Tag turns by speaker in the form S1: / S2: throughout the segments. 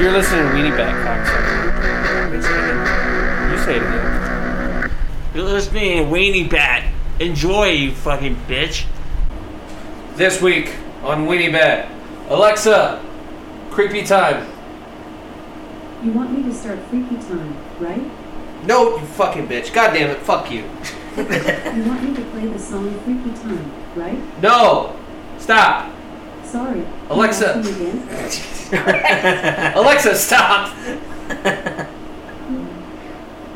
S1: You're listening to Weenie Back, cocksucker. You say it again.
S2: You're listening to Weenie Bat. Enjoy, you fucking bitch.
S1: This week on Weenie Back, Alexa, creepy time.
S3: You want me to start freaky time, right?
S1: No, you fucking bitch. God damn it, fuck you.
S3: You want me to play the song Freaky Time, right?
S1: No, stop.
S3: Sorry. Can you
S1: Alexa.
S3: ask me again?
S1: Alexa, stop.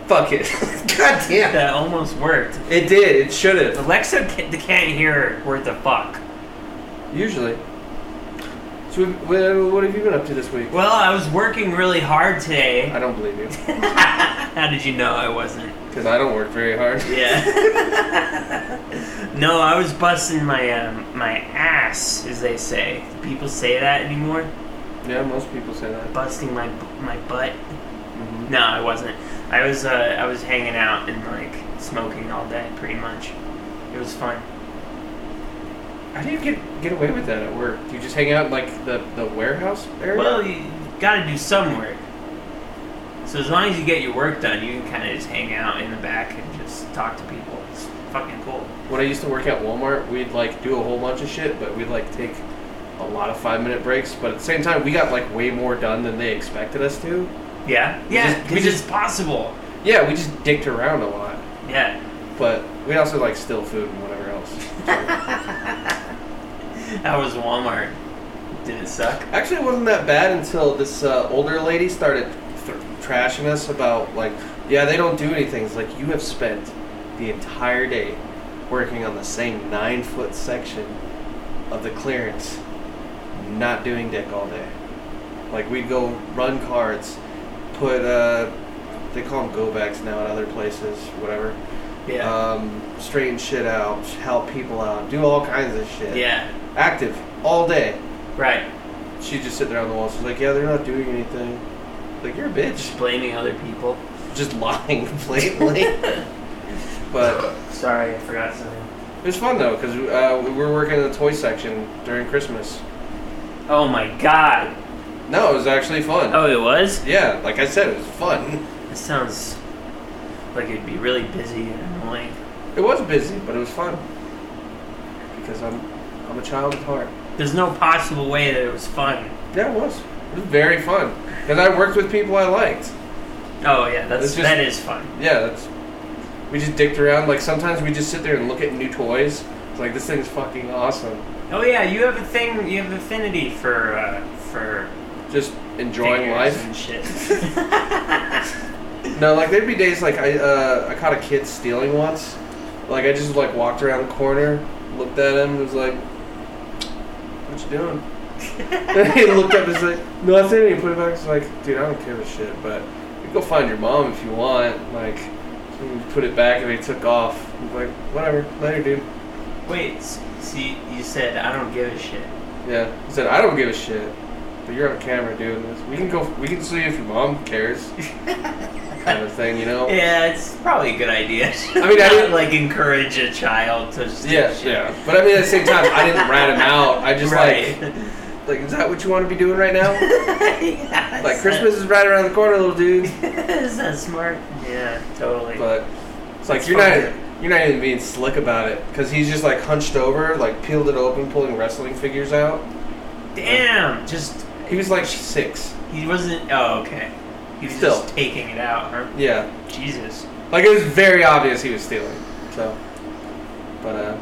S1: fuck it. God damn.
S2: That almost worked.
S1: It did. It should have.
S2: Alexa can't, can't hear word the fuck.
S1: Usually. So, we- wha- what have you been up to this week?
S2: Well, I was working really hard today.
S1: I don't believe you
S2: How did you know I wasn't?
S1: because I don't work very hard.
S2: Yeah. no, I was busting my um, my ass, as they say. Do people say that anymore?
S1: Yeah, most people say that.
S2: Busting my my butt.
S1: Mm-hmm.
S2: No, I wasn't. I was uh, I was hanging out and like smoking all day, pretty much. It was fun.
S1: How do you get get away with that at work? Do you just hang out in, like the the warehouse area?
S2: Well, you gotta do some work. So as long as you get your work done, you can kind of just hang out in the back and just talk to people. It's fucking cool.
S1: when I used to work at Walmart, we'd like do a whole bunch of shit, but we'd like take a lot of five minute breaks. But at the same time, we got like way more done than they expected us to.
S2: Yeah.
S1: We
S2: Yeah.
S1: just- we
S2: Because it's
S1: just-
S2: possible.
S1: Yeah, we just dicked around a lot,
S2: Yeah.
S1: but we also like steal food and whatever else.
S2: That was Walmart. Did it suck?
S1: Actually, it wasn't that bad until this uh, older lady started th- trashing us about like, yeah, they don't do anything. It's like you have spent the entire day working on the same nine foot section of the clearance, not doing dick all day. Like we'd go run cards, put uh, they call them go backs now at other places, whatever. Um, straighten shit out, help people out, do all kinds of shit.
S2: yeah.
S1: Active all day.
S2: Right.
S1: She's just sitting there on the wall. She's like, yeah, they're not doing anything. Like, you're a bitch.
S2: Just blaming other people.
S1: Just lying blatantly. but
S2: Sorry, I forgot something.
S1: it was fun, though, because uh, we were working in the toy section during Christmas.
S2: Oh my god.
S1: No, it was actually fun.
S2: Oh, it was?
S1: Yeah, like I said, it was fun.
S2: This sounds like it'd be really busy and annoying.
S1: It was busy, but it was fun. Because I'm, I'm a child at heart.
S2: There's no possible way that it was fun.
S1: Yeah, it was. It was very fun. Because I worked with people I liked.
S2: Oh yeah, that's
S1: It's just-
S2: that is fun.
S1: Yeah, that's. We just dicked around. Like, sometimes we just sit there and look at new toys. It's like, this thing's fucking awesome.
S2: Oh yeah, you have a thing. You have affinity for uh, for
S1: Just enjoying
S2: figures
S1: life.
S2: and shit.
S1: No, like there'd be days like I uh, I caught a kid stealing once. Like I just like walked around the corner, looked at him, and was like, "What you doing?" and he looked up and was like, "Nothing." And he put it back. He's like, "Dude, I don't give a shit, but you go find your mom if you want." Like, so he put it back and he took off. I'm like, whatever, later, dude.
S2: Wait, s- see, you said I don't give a shit.
S1: Yeah, he said, "I don't give a shit, but you're on camera, dude. We can go. We can see if your mom cares." kind of thing, you know.
S2: Yeah, it's probably a good idea.
S1: Oh. I mean, I
S2: Not,
S1: didn't-
S2: like encourage a child to. just do
S1: Yeah,
S2: shit.
S1: yeah. But I mean, at the same time, I didn't rat him out. I just
S2: right.
S1: like, like, is that what you want to be doing right now?
S2: Yeah,
S1: Like,
S2: is
S1: Christmas is right around the corner, little dude.
S2: That, is that smart? Yeah, totally.
S1: But it's like
S2: That's
S1: you're
S2: fine.
S1: not, you're not even being slick about it, because he's just like hunched over, like peeled it open, pulling wrestling figures out.
S2: Damn, just
S1: He was like six.
S2: he wasn't. Oh, okay. He was
S1: Still.
S2: just taking it out, huh?
S1: Yeah,
S2: Jesus.
S1: like it was very obvious he was stealing. So, but uh,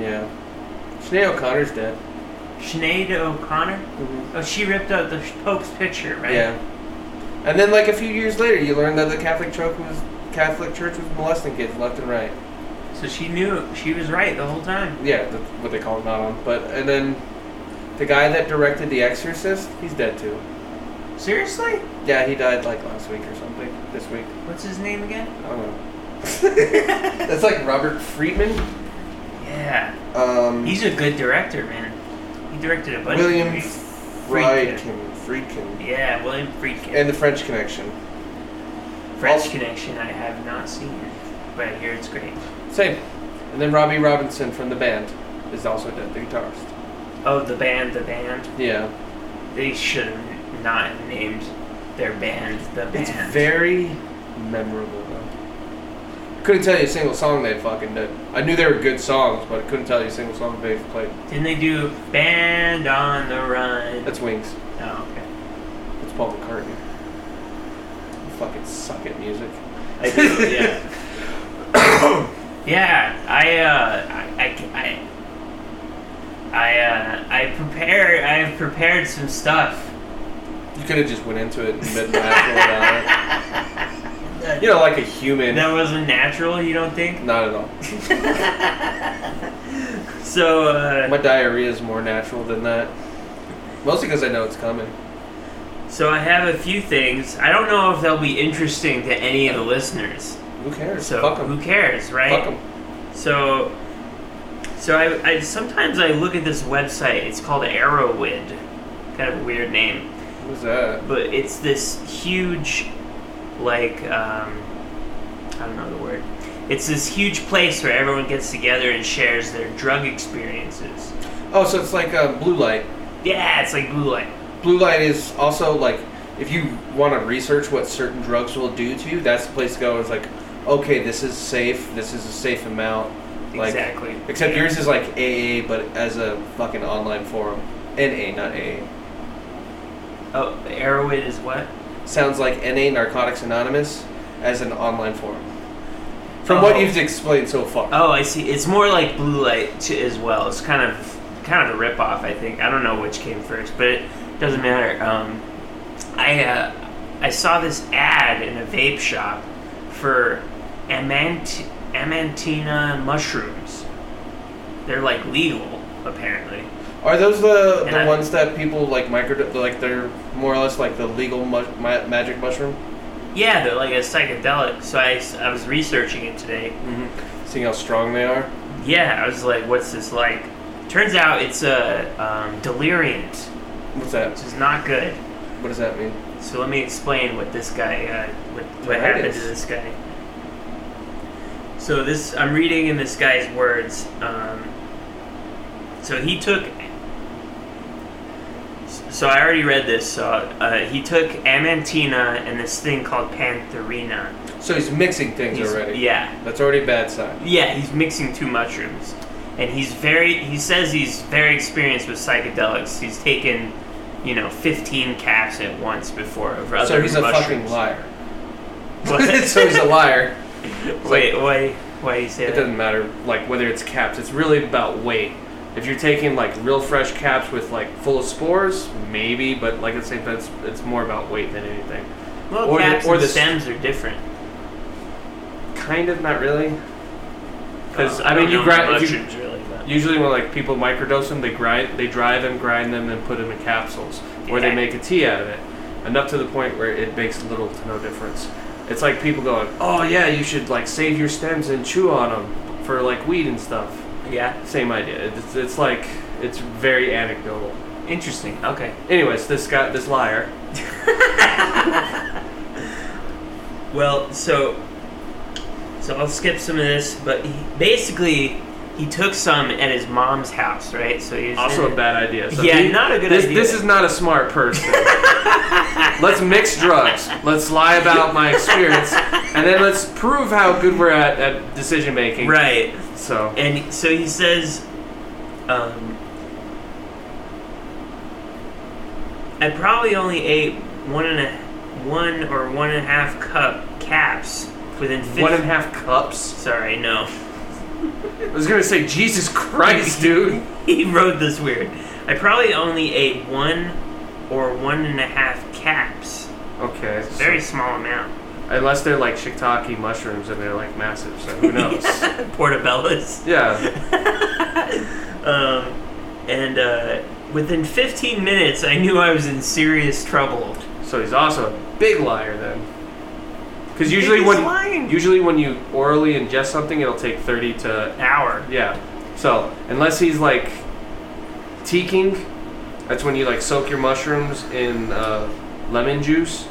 S1: yeah. Sinead O'Connor's dead.
S2: Sinead O'Connor. Oh, she ripped out the Pope's picture, right?
S1: Yeah. And then, like a few years later, you learn that the Catholic Church was Catholic Church was molesting kids left and right.
S2: So she knew she was right the whole time.
S1: Yeah, that's what they call it, not on. But and then the guy that directed The Exorcist, he's dead too.
S2: Seriously?
S1: Yeah, he died like last week or something. This week,
S2: What's his name again?
S1: I don't know. That's like Robert Friedman.
S2: Yeah.
S1: Um,
S2: He's a good director, man. He directed a bunch
S1: William
S2: of movies.
S1: Friedkin. Friedkin.
S2: Yeah, William Friedkin.
S1: And The French Connection.
S2: French
S1: also-
S2: Connection, I have not seen it, but I hear it's great.
S1: Same. And then Robbie Robinson from the band is also dead, the guitarist.
S2: Oh, the band, the band.
S1: Yeah.
S2: They should have not named their band the band.
S1: It's very memorable though. Couldn't tell you a single song they fucking did. I knew they were good songs, but I couldn't tell you a single song they played.
S2: Didn't they do Band on the Run?
S1: That's Wings.
S2: oh, okay.
S1: It's Paul McCartney. You fucking suck at music.
S2: I do, yeah. yeah, I, uh, I, I, ca- I, I, uh, I prepare, I've prepared some stuff.
S1: You could have just went into it and been natural about it. You know, like a human.
S2: That wasn't natural, you don't think?
S1: Not at all.
S2: So, uh,
S1: My diarrhea is more natural than that. Mostly because I know it's coming.
S2: So I have a few things. I don't know if they'll be interesting to any of the listeners.
S1: Who cares?
S2: So
S1: Fuck 'em.
S2: who cares, right?
S1: Fuck 'em.
S2: So, so I, I sometimes I look at this website. It's called Arrowid, kind of a weird name,
S1: Who's that?
S2: but it's this huge, like um, I don't know the word. It's this huge place where everyone gets together and shares their drug experiences.
S1: Oh, so it's like uh, blue light.
S2: Yeah, it's like blue light.
S1: Blue light is also like if you want to research what certain drugs will do to you, that's the place to go. It's like, okay, this is safe. This is a safe amount. Like,
S2: exactly.
S1: Except
S2: Yeah.
S1: yours is like AA, but as a fucking online forum. NA, not AA.
S2: Oh, Arrowid is what?
S1: Sounds like NA Narcotics Anonymous as an online forum. From what
S2: Oh.
S1: you've explained so far.
S2: Oh, I see. It's more like Blue Light t- as well. It's kind of kind of a ripoff, I think. I don't know which came first, but it doesn't matter. Um, I uh, I saw this ad in a vape shop for amant- amantina mushrooms. They're like legal, apparently.
S1: Are those the
S2: And
S1: the
S2: I-
S1: ones that people like micro like they're more or less like the legal mu- ma- magic mushroom?
S2: Yeah, they're like a psychedelic. So I, s- I was researching it today.
S1: Mm-hmm. Seeing how strong they are.
S2: Yeah, I was like, what's this like? Turns out it's a um, deliriant,
S1: What's that?
S2: which is not good.
S1: What does that mean?
S2: So let me explain what this guy, uh, what, what
S1: There it
S2: happened to
S1: is.
S2: this guy. So this, I'm reading in this guy's words. Um, so he took. So I already read this. So uh, he took amantina and this thing called pantherina.
S1: So he's mixing things
S2: He's-
S1: already.
S2: Yeah,
S1: That's already a bad sign.
S2: yeah. He's mixing two mushrooms, and he's very. He says he's very experienced with psychedelics. He's taken, you know, 15 caps at once before of other
S1: so he's a fucking
S2: mushrooms.
S1: liar.
S2: What?
S1: so he's a liar.
S2: Wait, why? Why do you say
S1: It
S2: that?
S1: doesn't matter like whether it's caps. It's really about weight. If you're taking like real fresh caps with like full of spores, maybe, but like at St. Ben's, it's more about weight than anything.
S2: Well,
S1: or the-
S2: caps
S1: or
S2: and
S1: the-
S2: stems are different.
S1: Kind of, not really. Because
S2: Uh,
S1: I mean, you
S2: don't know
S1: grind. if you-
S2: mushrooms really, but
S1: Usually, when like people microdose them, they grind, they dry them, grind them, and put them in capsules, or they
S2: Yeah.
S1: make a tea out of it, enough to the point where it makes little to no difference. It's like people going, "Oh yeah, you should like save your stems and chew on them for like weed and stuff."
S2: yeah,
S1: Same idea. It's, it's like it's very anecdotal.
S2: interesting. Okay.
S1: Anyways, this guy, this liar,
S2: Well, so so I'll skip some of this, but he, basically he took some at his mom's house, right? So he's
S1: also a bad idea. So
S2: Yeah,
S1: he-
S2: not a good
S1: this,
S2: idea.
S1: This is not a smart person. let's mix drugs. Let's lie about my experience, and then let's prove how good we're at at decision making.
S2: right.
S1: So
S2: And so he says, um, I probably only ate one and a one or one and a half cup caps within 15,
S1: one and a half cups.
S2: Sorry, no.
S1: I was gonna say Jesus Christ, dude.
S2: he wrote this weird. I probably only ate one or one and a half caps.
S1: Okay. so-
S2: Very small amount.
S1: unless they're like shiitake mushrooms and they're like massive, so who knows?
S2: Portobello's.
S1: yeah.
S2: Um, and uh, within 15 minutes, I knew I was in serious trouble.
S1: So he's also a big liar then. Because usually when
S2: lying.
S1: usually when you orally ingest something, it'll take thirty to
S2: hour.
S1: Yeah. So unless he's like teaking, that's when you like soak your mushrooms in uh, lemon juice.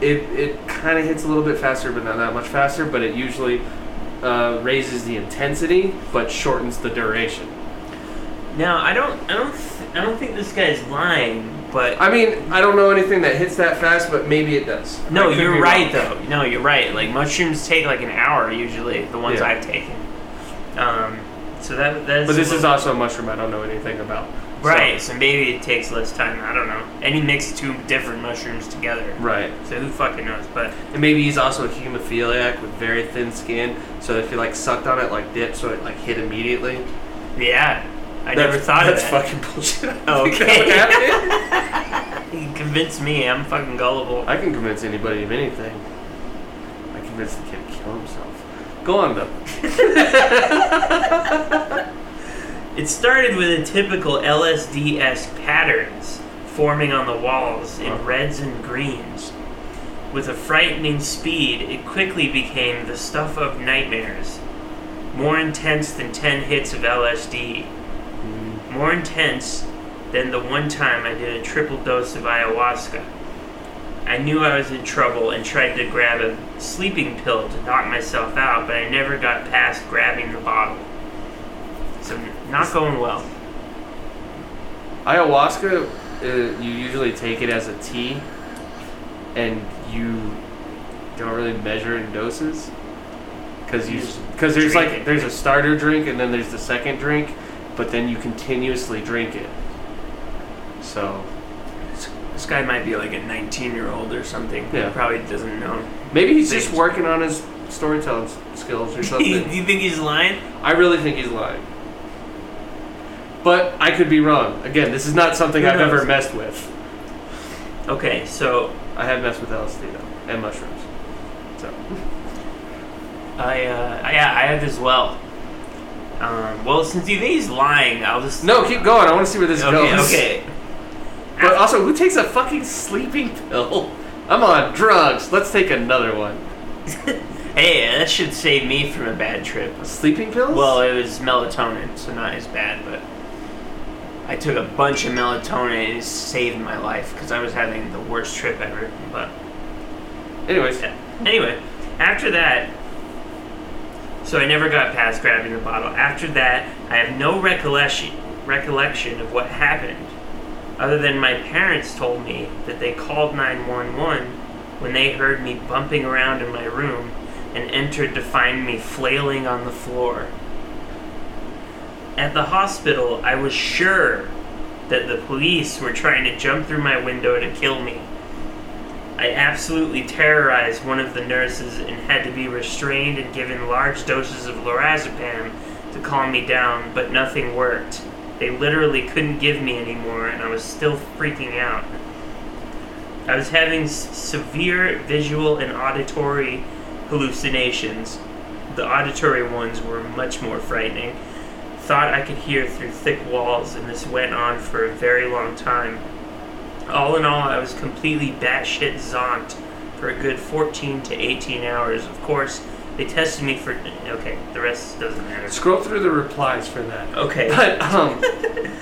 S1: It it kind of hits a little bit faster, but not that much faster. But it usually uh, raises the intensity, but shortens the duration.
S2: Now I don't, I don't, th- I don't think this guy's lying. but
S1: I mean, I don't know anything that hits that fast, but maybe it does.
S2: no,
S1: I could be
S2: you're
S1: wrong.
S2: right though. No, you're right. Like mushrooms take like an hour usually. The ones
S1: Yeah.
S2: I've taken. Um, so that that's
S1: But this is also a mushroom I don't know anything about. So-
S2: right. So. maybe it takes less time. I don't know. And he mixed two different mushrooms together.
S1: Right.
S2: So who fucking knows? But
S1: And maybe he's also a hemophiliac with very thin skin, so if he like sucked on it like dip, so it like hit immediately.
S2: yeah, I never thought of
S1: that's
S2: that.
S1: fucking bullshit. I
S2: Oh,
S1: think that would
S2: okay.
S1: happen.
S2: You convinced me. I'm fucking gullible.
S1: I can convince anybody of anything. I convinced the kid to kill himself. Go on though.
S2: It started with a typical LSDS patterns forming on the walls in
S1: Huh.
S2: reds and greens. With a frightening speed, it quickly became the stuff of nightmares. More intense than 10 hits of LSD. More intense than the one time I did a triple dose of ayahuasca. I knew I was in trouble and tried to grab a sleeping pill to knock myself out, but I never got past grabbing the bottle. So, not going well.
S1: Ayahuasca, uh, you usually take it as a tea, and you don't really measure in doses. Because you,
S2: You just
S1: because there's
S2: drink
S1: like
S2: it.
S1: there's a starter drink and then there's the second drink, but then you continuously drink it. So
S2: This guy might be like a 19 year old or something.
S1: Yeah.
S2: He probably doesn't know.
S1: maybe he's just
S2: Things.
S1: working on his storytelling s- skills or
S2: Do you
S1: something.
S2: think he's lying?
S1: I really think he's lying, but I could be wrong. Again, this is not something
S2: Who
S1: I've ever
S2: knows?
S1: messed with.
S2: Okay, so
S1: I have messed with LSD though and mushrooms. So
S2: I, uh, I- yeah, I have as well. Um, well, since you think he's lying, I'll just.
S1: no, keep going. I want to see where this
S2: Okay,
S1: goes.
S2: okay.
S1: But also, who takes a fucking sleeping pill? I'm on drugs. Let's take another one.
S2: Hey, that should save me from a bad trip.
S1: Sleeping pills?
S2: Well, it was melatonin, so not as bad, but I took a bunch of melatonin and it saved my life because I was having the worst trip ever. But
S1: anyways,
S2: Yeah. Anyway, after that, so I never got past grabbing the bottle. After that, I have no recollection recollection of what happened, other than my parents told me that they called 911 when they heard me bumping around in my room and entered to find me flailing on the floor. At the hospital, I was sure that the police were trying to jump through my window to kill me. I absolutely terrorized one of the nurses and had to be restrained and given large doses of lorazepam to calm me down, but nothing worked. They literally couldn't give me anymore, and I was still freaking out. I was having s- severe visual and auditory hallucinations. The auditory ones were much more frightening. Thought I could hear through thick walls, and this went on for a very long time. All in all, I was completely batshit zonked for a good 14 to 18 hours. Of course, they tested me for. Okay, the rest doesn't matter.
S1: scroll through the replies for that.
S2: Okay.
S1: But um,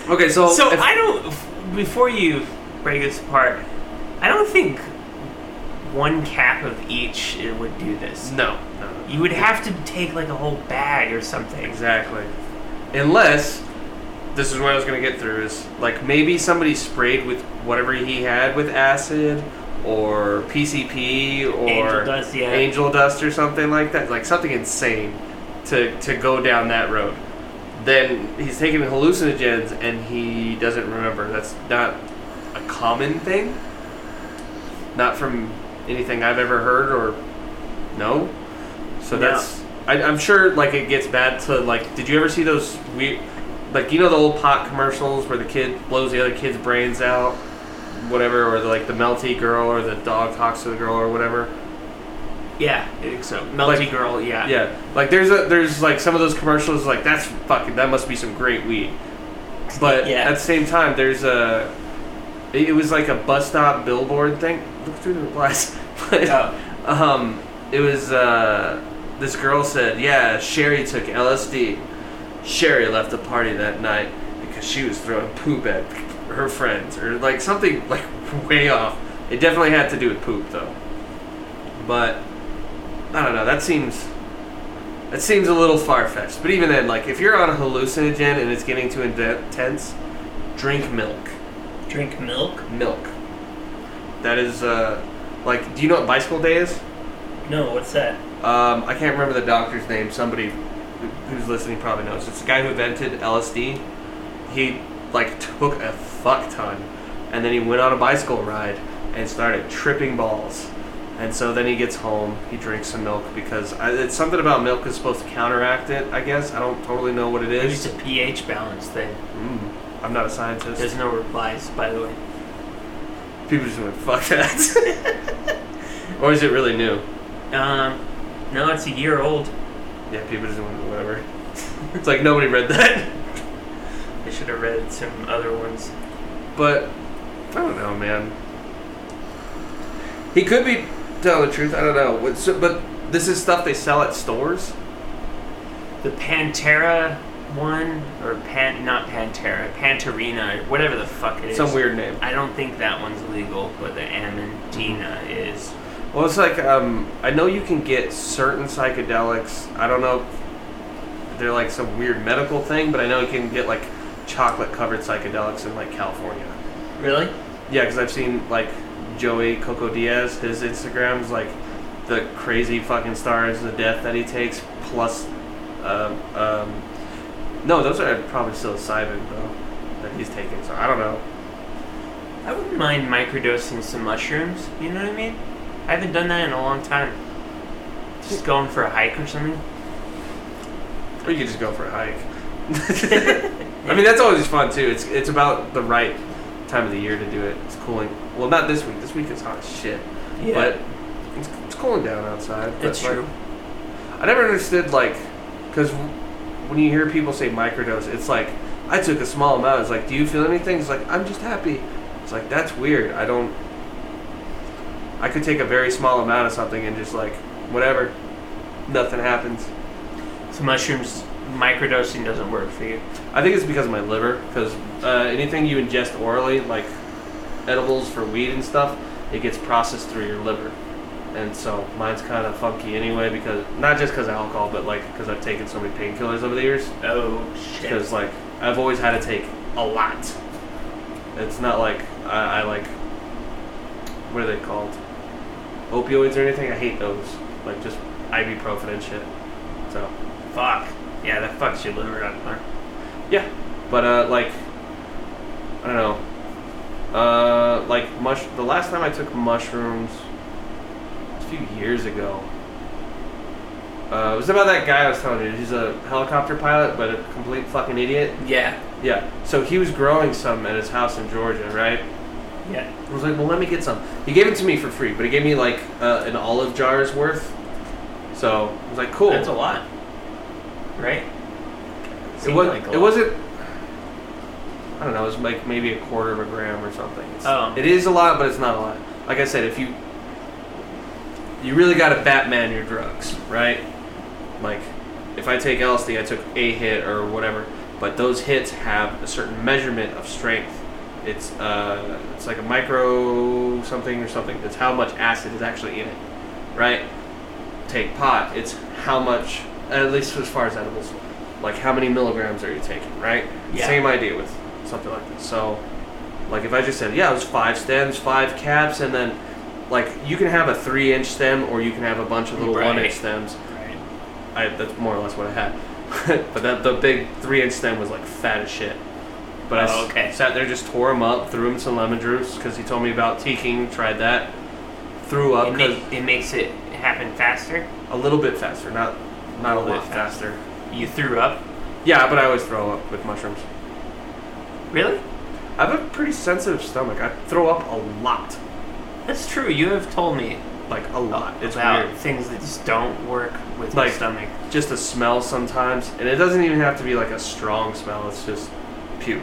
S1: okay, so
S2: so
S1: if-
S2: I don't. f- Before you break this apart, I don't think one cap of each uh, would do this.
S1: no, no,
S2: You would have to take like a whole bag or something.
S1: exactly. Unless this is what I was gonna get through is like maybe somebody sprayed with whatever he had with acid or PCP or
S2: Angel dust, yeah.
S1: angel dust or something like that, like something insane to, to go down that road. Then he's taking hallucinogens and he doesn't remember. That's not a common thing. Not from anything I've ever heard or no. So
S2: No.
S1: that's I, I'm sure like it gets bad to like. Did you ever see those weird like you know the old pot commercials where the kid blows the other kid's brains out, whatever, or the, like the melty girl or the dog talks to the girl or whatever.
S2: Yeah, I think so. Melty
S1: Like-
S2: girl, yeah.
S1: Yeah, like there's a there's like some of those commercials like that's fucking that must be some great weed, but
S2: Yeah.
S1: at the same time there's a it it was like a bus stop billboard thing. Look through the replies, but
S2: Oh.
S1: um, it was uh this girl said yeah Sherry took LSD. Sherry left the party that night because she was throwing poop at her friends or like something like way off. It definitely had to do with poop though, but. I don't know. That seems that seems a little far fetched. But even then, like if you're on a hallucinogen and it's getting too inve- intense, drink milk.
S2: Drink milk?
S1: Milk. That is, uh, like, do you know what bicycle day is?
S2: No, what's that?
S1: Um, I can't remember the doctor's name. Somebody who's listening probably knows. It's the guy who invented LSD. He like took a fuck ton, and then he went on a bicycle ride and started tripping balls. And so then he gets home. He drinks some milk because I, it's something about milk is supposed to counteract it. I guess I don't totally know what it
S2: It's
S1: is.
S2: just a pH balance thing.
S1: Mm, I'm not a scientist.
S2: There's no replies, by the way.
S1: People just went fuck that. or is it really new?
S2: Um, no, it's a year old.
S1: Yeah, people just went whatever. it's like nobody read that.
S2: I should have read some other ones.
S1: But I don't know, man. He could be telling the truth. I don't know. What- so- But this is stuff they sell at stores.
S2: The Pantera one, or Pan, not Pantera, Panterina, or whatever the fuck it is.
S1: Some weird name.
S2: I don't think that one's legal, but the Amandina is.
S1: Well, it's like um, I know you can get certain psychedelics. I don't know. if They're like some weird medical thing, but I know you can get like chocolate-covered psychedelics in like California.
S2: Really?
S1: Yeah, because I've seen like Joey Coco Diaz. His Instagram's like the crazy fucking stars of the death that he takes. Plus, um, um, no, those are probably psilocybin though that he's taking. So I don't know.
S2: I wouldn't mind microdosing some mushrooms, you know what I mean? I haven't done that in a long time. Just going for a hike or something.
S1: Or you could just go for a hike. I mean, that's always fun too. It's it's about the right time of the year to do it. It's cooling. Well, not this week. This week it's hot as shit. But it's, it's cooling down outside. but,
S2: it's
S1: like,
S2: true.
S1: I never understood like, because when you hear people say microdose, it's like I took a small amount. It's like, do you feel anything? It's like I'm just happy. It's like that's weird. I don't. I could take a very small amount of something and just like whatever, nothing happens.
S2: So mushrooms microdosing doesn't work for you.
S1: I think it's because of my liver. Because uh, anything you ingest orally, like edibles for weed and stuff, it gets processed through your liver. And so mine's kind of funky anyway because not just because of alcohol, but like because I've taken so many painkillers over the years.
S2: Oh shit.
S1: because like I've always had to take a lot. It's not like I, I like what are they called? Opioids or anything? I hate those. Like just ibuprofen and shit. So
S2: Fuck. Yeah, that fucks your liver up. Huh?
S1: yeah, but uh, like I don't know. Uh, like mush. The last time I took mushrooms, a few years ago. Uh, it was about that guy I was telling you. He's a helicopter pilot, but a complete fucking idiot.
S2: Yeah.
S1: Yeah. So he was growing some at his house in Georgia, right?
S2: Yeah.
S1: I was like, well, let me get some. He gave it to me for free, but he gave me like uh, an olive jar's worth. So I was like, cool.
S2: That's a lot. Right?
S1: it
S2: Seemed
S1: was.
S2: like a
S1: it
S2: lot.
S1: wasn't. I don't know. It was like maybe a quarter of a gram or something. It's,
S2: Oh.
S1: It is a lot, but it's not a lot. Like I said, if you you really got to Batman your drugs, right? Like, if I take LSD, I took a hit or whatever, but those hits have a certain measurement of strength. It's uh, it's like a micro something or something. It's how much acid is actually in it, right? Take pot. It's how much, at least as far as edibles, like how many milligrams are you taking, right?
S2: Yeah.
S1: Same idea with something like this. So, like if I just said, yeah, it was five stems, five caps, and then like you can have a three inch stem or you can have a bunch of little
S2: Right.
S1: one inch stems.
S2: Right.
S1: I, that's more or less what I had. but that the big three inch stem was like fat as shit. But I
S2: Oh,
S1: s-
S2: okay.
S1: sat there, just tore him up, threw him some lemon juice because he told me about teaking. Tried that, threw up
S2: It,
S1: 'cause-
S2: make, it makes it happen faster.
S1: a little bit faster, not not a
S2: A lot
S1: lot faster.
S2: You threw up.
S1: Yeah, but I always throw up with mushrooms.
S2: Really?
S1: I have a pretty sensitive stomach. I throw up a lot,
S2: That's true. You have told me
S1: like a lot. It's
S2: about
S1: weird.
S2: things that just don't work with my
S1: Like-
S2: stomach.
S1: Just a smell sometimes, and it doesn't even have to be like a strong smell. It's just puke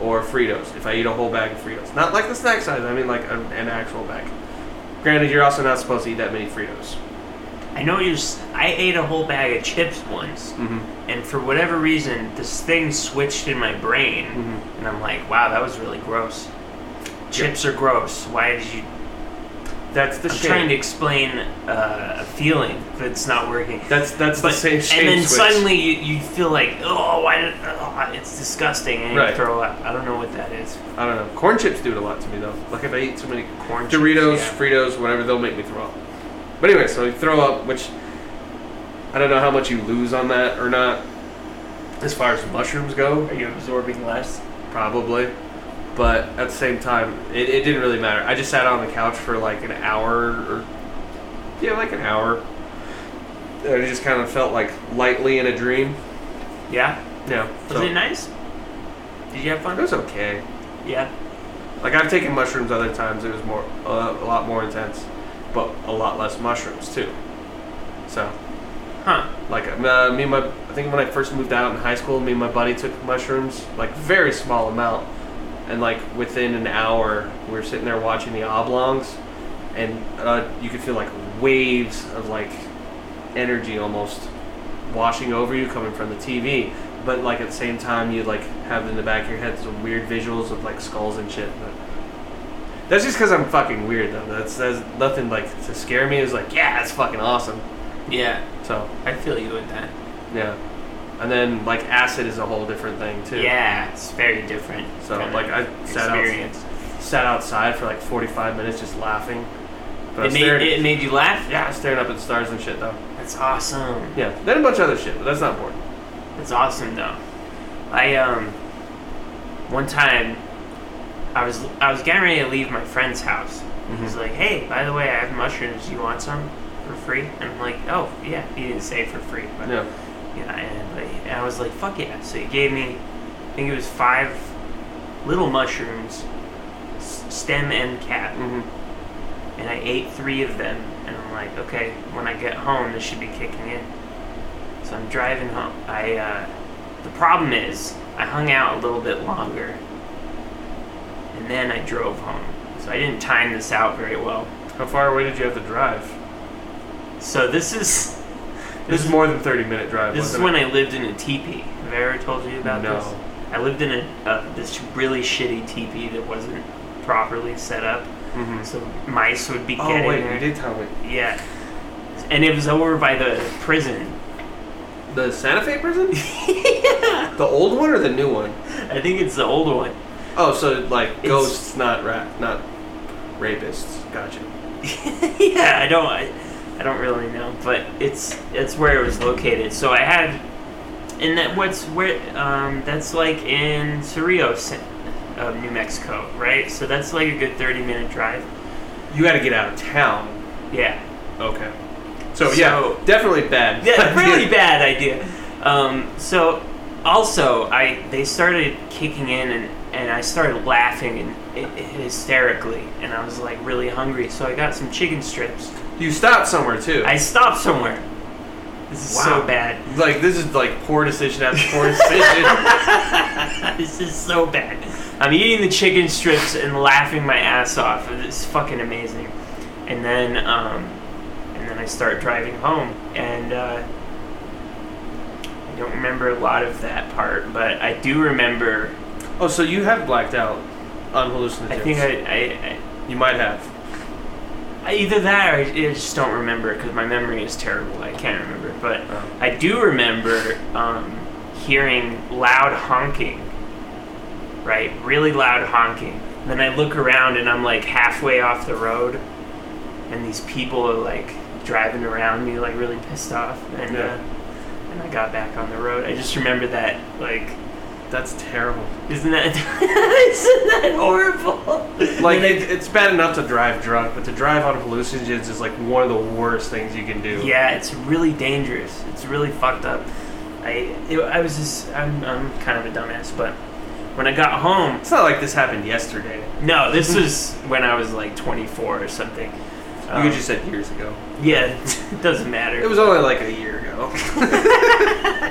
S1: or Fritos. If I eat a whole bag of Fritos, not like the snack size. I mean like an, an actual bag. Granted, you're also not supposed to eat that many Fritos.
S2: I know you. s- I ate a whole bag of chips once,
S1: Mm-hmm.
S2: and for whatever reason, this thing switched in my brain,
S1: Mhm.
S2: and I'm like, "Wow, that was really gross. Chips are gross. Why did you
S1: That's the
S2: I'm
S1: shade.
S2: trying to explain uh, a feeling that's not working.
S1: That's that's the
S2: But-
S1: same shade
S2: and then
S1: switch.
S2: suddenly you, you feel like, oh, why did, oh, it's disgusting, and
S1: Right.
S2: you throw up. I don't know what that is.
S1: I don't know. Corn chips do it a lot to me though. Like if I eat too many
S2: Corn chips,
S1: Doritos,
S2: yeah.
S1: Fritos, whatever, they'll make me throw up. But anyway, so you throw up, which I don't know how much you lose on that or not. As far as mushrooms go,
S2: Are you absorbing less?
S1: probably. But at the same time, it, it didn't really matter. I just sat on the couch for like an hour or yeah, like an hour. And I just kind of felt like lightly in a dream.
S2: Yeah.
S1: Yeah.
S2: Was
S1: So
S2: it nice? Did you have
S1: it
S2: fun?
S1: was okay.
S2: Yeah.
S1: Like I've taken mushrooms other times. It was more uh, a lot more intense, but a lot less mushrooms too. So
S2: Huh.
S1: like uh, me and my I think when I first moved out in high school, me and my buddy took mushrooms like very small amount, and like within an hour we were sitting there watching the oblongs, and uh, you could feel like waves of like energy almost washing over you coming from the TV. But like at the same time, you like have in the back of your head some weird visuals of like skulls and shit. But that's just because I'm fucking weird though. That's that's nothing like to scare me. Is like yeah, that's fucking awesome.
S2: Yeah.
S1: So
S2: I feel you with that.
S1: yeah. And then like acid is a whole different thing too.
S2: Yeah, it's very different.
S1: So
S2: kinda
S1: like I sat out,
S2: experience.
S1: sat outside for like 45 minutes just laughing. But I
S2: It made
S1: stared-
S2: it made you laugh.
S1: yeah, I was staring up at the stars and shit though.
S2: That's awesome.
S1: Yeah. Then a bunch of other shit, but that's not important.
S2: That's awesome though. I um one time I was I was getting ready to leave my friend's house. He's like, Hey, by the way, I have mushrooms, you want some for free? And I'm like, Oh yeah, he didn't say for free, but
S1: Yeah.
S2: yeah, and, like, and I was like, fuck yeah. So he gave me, I think it was five little mushrooms, s- stem and cap.
S1: Mm-hmm.
S2: and I ate three of them, and I'm like, okay, when I get home, this should be kicking in. So I'm driving home. I uh, the problem is I hung out a little bit longer, and then I drove home. So I didn't time this out very well.
S1: How far away did you have to drive?
S2: So this is
S1: This is more than 30 minute drive.
S2: this is
S1: wasn't
S2: when I lived in a teepee. Have I ever told you about
S1: No.
S2: this? I lived in a uh, this really shitty teepee that wasn't properly set up,
S1: it? Mhm.
S2: so mice would be
S1: Oh
S2: getting
S1: wait,
S2: there.
S1: you did tell me
S2: Yeah. And it was over by the prison.
S1: the Santa Fe prison. The old one or the new one?
S2: I think it's the old one.
S1: Oh, so like
S2: It's-
S1: ghosts, not rat, not rapists. Gotcha.
S2: yeah, I don't I, I don't really know, but it's it's where it was located. So I had and that what's where um that's like in Cerrillo, Sa- uh, New Mexico, right? So that's like a good 30 minute drive.
S1: You got to get out of town.
S2: Yeah.
S1: Okay. So, yeah,
S2: So-
S1: definitely bad.
S2: Yeah, really bad idea. Um, so, also, I they started kicking in, and, and I started laughing and it, hysterically, and I was like really hungry, so I got some chicken strips.
S1: You stopped somewhere too.
S2: I stopped somewhere. This is
S1: Wow.
S2: so bad.
S1: like this is like poor decision after poor decision.
S2: this is so bad. I'm eating the chicken strips and laughing my ass off. It's fucking amazing. And then, um, and then I start driving home, and uh, I don't remember a lot of that part, but I do remember.
S1: oh, so you have blacked out on hallucinogens.
S2: I think I, I,
S1: you might have.
S2: I, I either that or I just don't remember because my memory is terrible. I can't remember, but
S1: Oh.
S2: I do remember um, hearing loud honking, right? Really loud honking. Then I look around and I'm like halfway off the road, and these people are like driving around me, like really pissed off. And
S1: Yeah.
S2: uh, and I got back on the road. I just remember that, like,
S1: That's terrible.
S2: isn't that isn't that horrible?
S1: Like it, it's bad enough to drive drunk, but to drive on hallucinogens is like one of the worst things you can do.
S2: Yeah, it's really dangerous. It's really fucked up. I it, I was just I'm I'm kind of a dumbass, but when I got home,
S1: It's not like this happened yesterday.
S2: no, this was when I was like 24 or something.
S1: Mm-hmm. you
S2: Um,
S1: just said years ago.
S2: yeah, it doesn't matter.
S1: It was only like a year ago.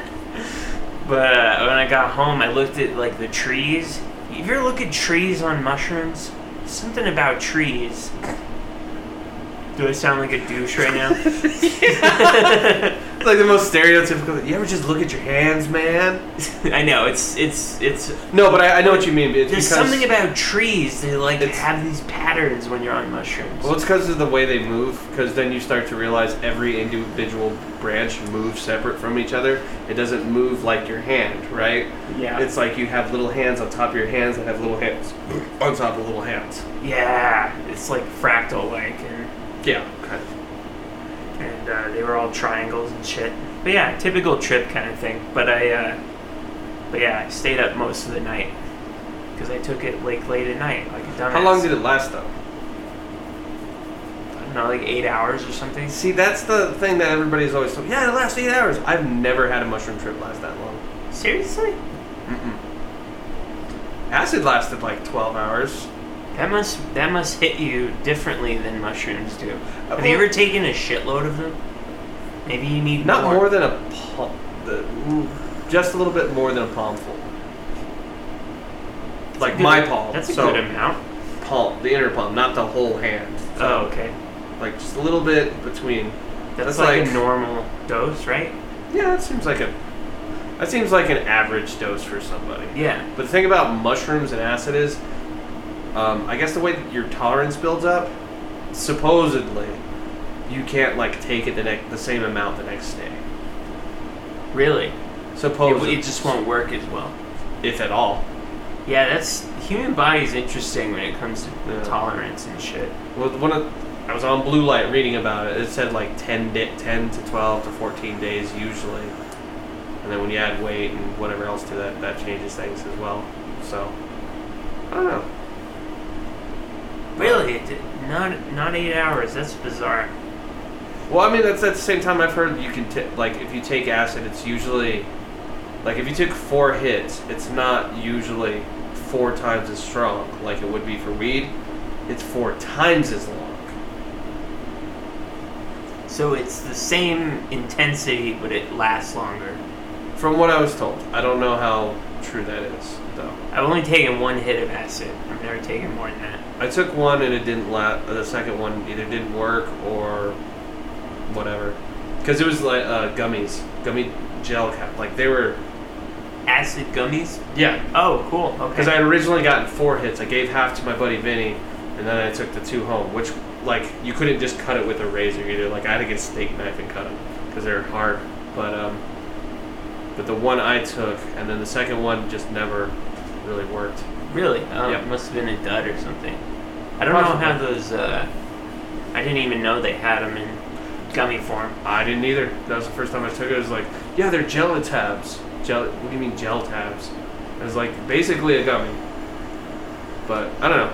S2: but uh, when I got home, I looked at like the trees. You ever look at trees on mushrooms? Something about trees. Do I sound like a douche right now?
S1: It's like the most stereotypical. You ever just look at your hands, man?
S2: I know it's it's it's.
S1: No, but I, I know what you mean. It's
S2: There's
S1: because,
S2: something about trees. They like
S1: It's-
S2: have these patterns when you're on mushrooms.
S1: Well, it's because of the way they move. Because then you start to realize every individual branch moves separate from each other. It doesn't move like your hand, right?
S2: yeah.
S1: It's like you have little hands on top of your hands that have little hands on top of little hands.
S2: yeah. It's like fractal like, and,
S1: Yeah, kind of.
S2: and uh, they were all triangles and shit. But yeah, typical trip kind of thing. But I, uh, but yeah, I stayed up most of the night because I took it like late at night, like a dumbass.
S1: How long did it last though?
S2: I don't know, like eight hours or something.
S1: See, that's the thing that everybody's always told. Yeah, it lasts eight hours. I've never had a mushroom trip last that long.
S2: Seriously?
S1: Mm-mm. Acid lasted like 12 hours.
S2: That must that must hit you differently than mushrooms do. Have
S1: well-
S2: you ever taken a shitload of them? Maybe you need
S1: Not
S2: more.
S1: more than a palm. The, ooh, just a little bit more than a palmful. Like
S2: Good-
S1: my palm.
S2: That's a
S1: so
S2: good amount.
S1: palm, the inner palm, not the whole hand.
S2: Oh, okay.
S1: Like just a little bit between.
S2: That's,
S1: That's
S2: like, a
S1: like-
S2: normal dose, right?
S1: Yeah, that seems like a. That seems like an average dose for somebody.
S2: Yeah.
S1: But the thing about mushrooms and acid is, um, I guess the way that your tolerance builds up, supposedly, you can't like take it the next the same amount the next day.
S2: Really? It,
S1: Supposedly,
S2: it just won't work as well.
S1: if at all.
S2: Yeah, that's human body's interesting when it comes to
S1: Yeah.
S2: tolerance and shit.
S1: Well, one of I was on blue light reading about it. It said like 10, di- 10 to twelve to fourteen days usually, and then when you add weight and whatever else to that, that changes things as well. So I don't know.
S2: Really? It did- Not not eight hours. That's bizarre.
S1: Well, I mean, that's at the same time I've heard you can t- like if you take acid, it's usually like if you took four hits, it's not usually four times as strong like it would be for weed. It's four times as long.
S2: So it's the same intensity, but it lasts longer.
S1: From what I was told, I don't know how true that is though.
S2: I've only taken one hit of acid. I've never taken more than that.
S1: I took one and it didn't last. The second one either didn't work or whatever, because it was like uh, gummies, gummy gel cap. Like they were,
S2: Acid gummies?
S1: yeah,
S2: Oh, cool.
S1: Because I
S2: Okay.
S1: had originally gotten four hits. I gave half to my buddy Vinny, and then I took the two home, which, like, you couldn't just cut it with a razor either. Like, I had to get a steak knife and cut them because they're hard. But, um, but the one I took, and then the second one just never really worked.
S2: really? Oh,
S1: Yeah.
S2: it must have been a dud or something. I don't know how those. Uh, I didn't even know they had them in gummy form.
S1: I didn't either. That was the first time I took it. I was like, yeah, they're gel tabs. Gel, what do you mean gel tabs? It was like basically a gummy. But I don't know.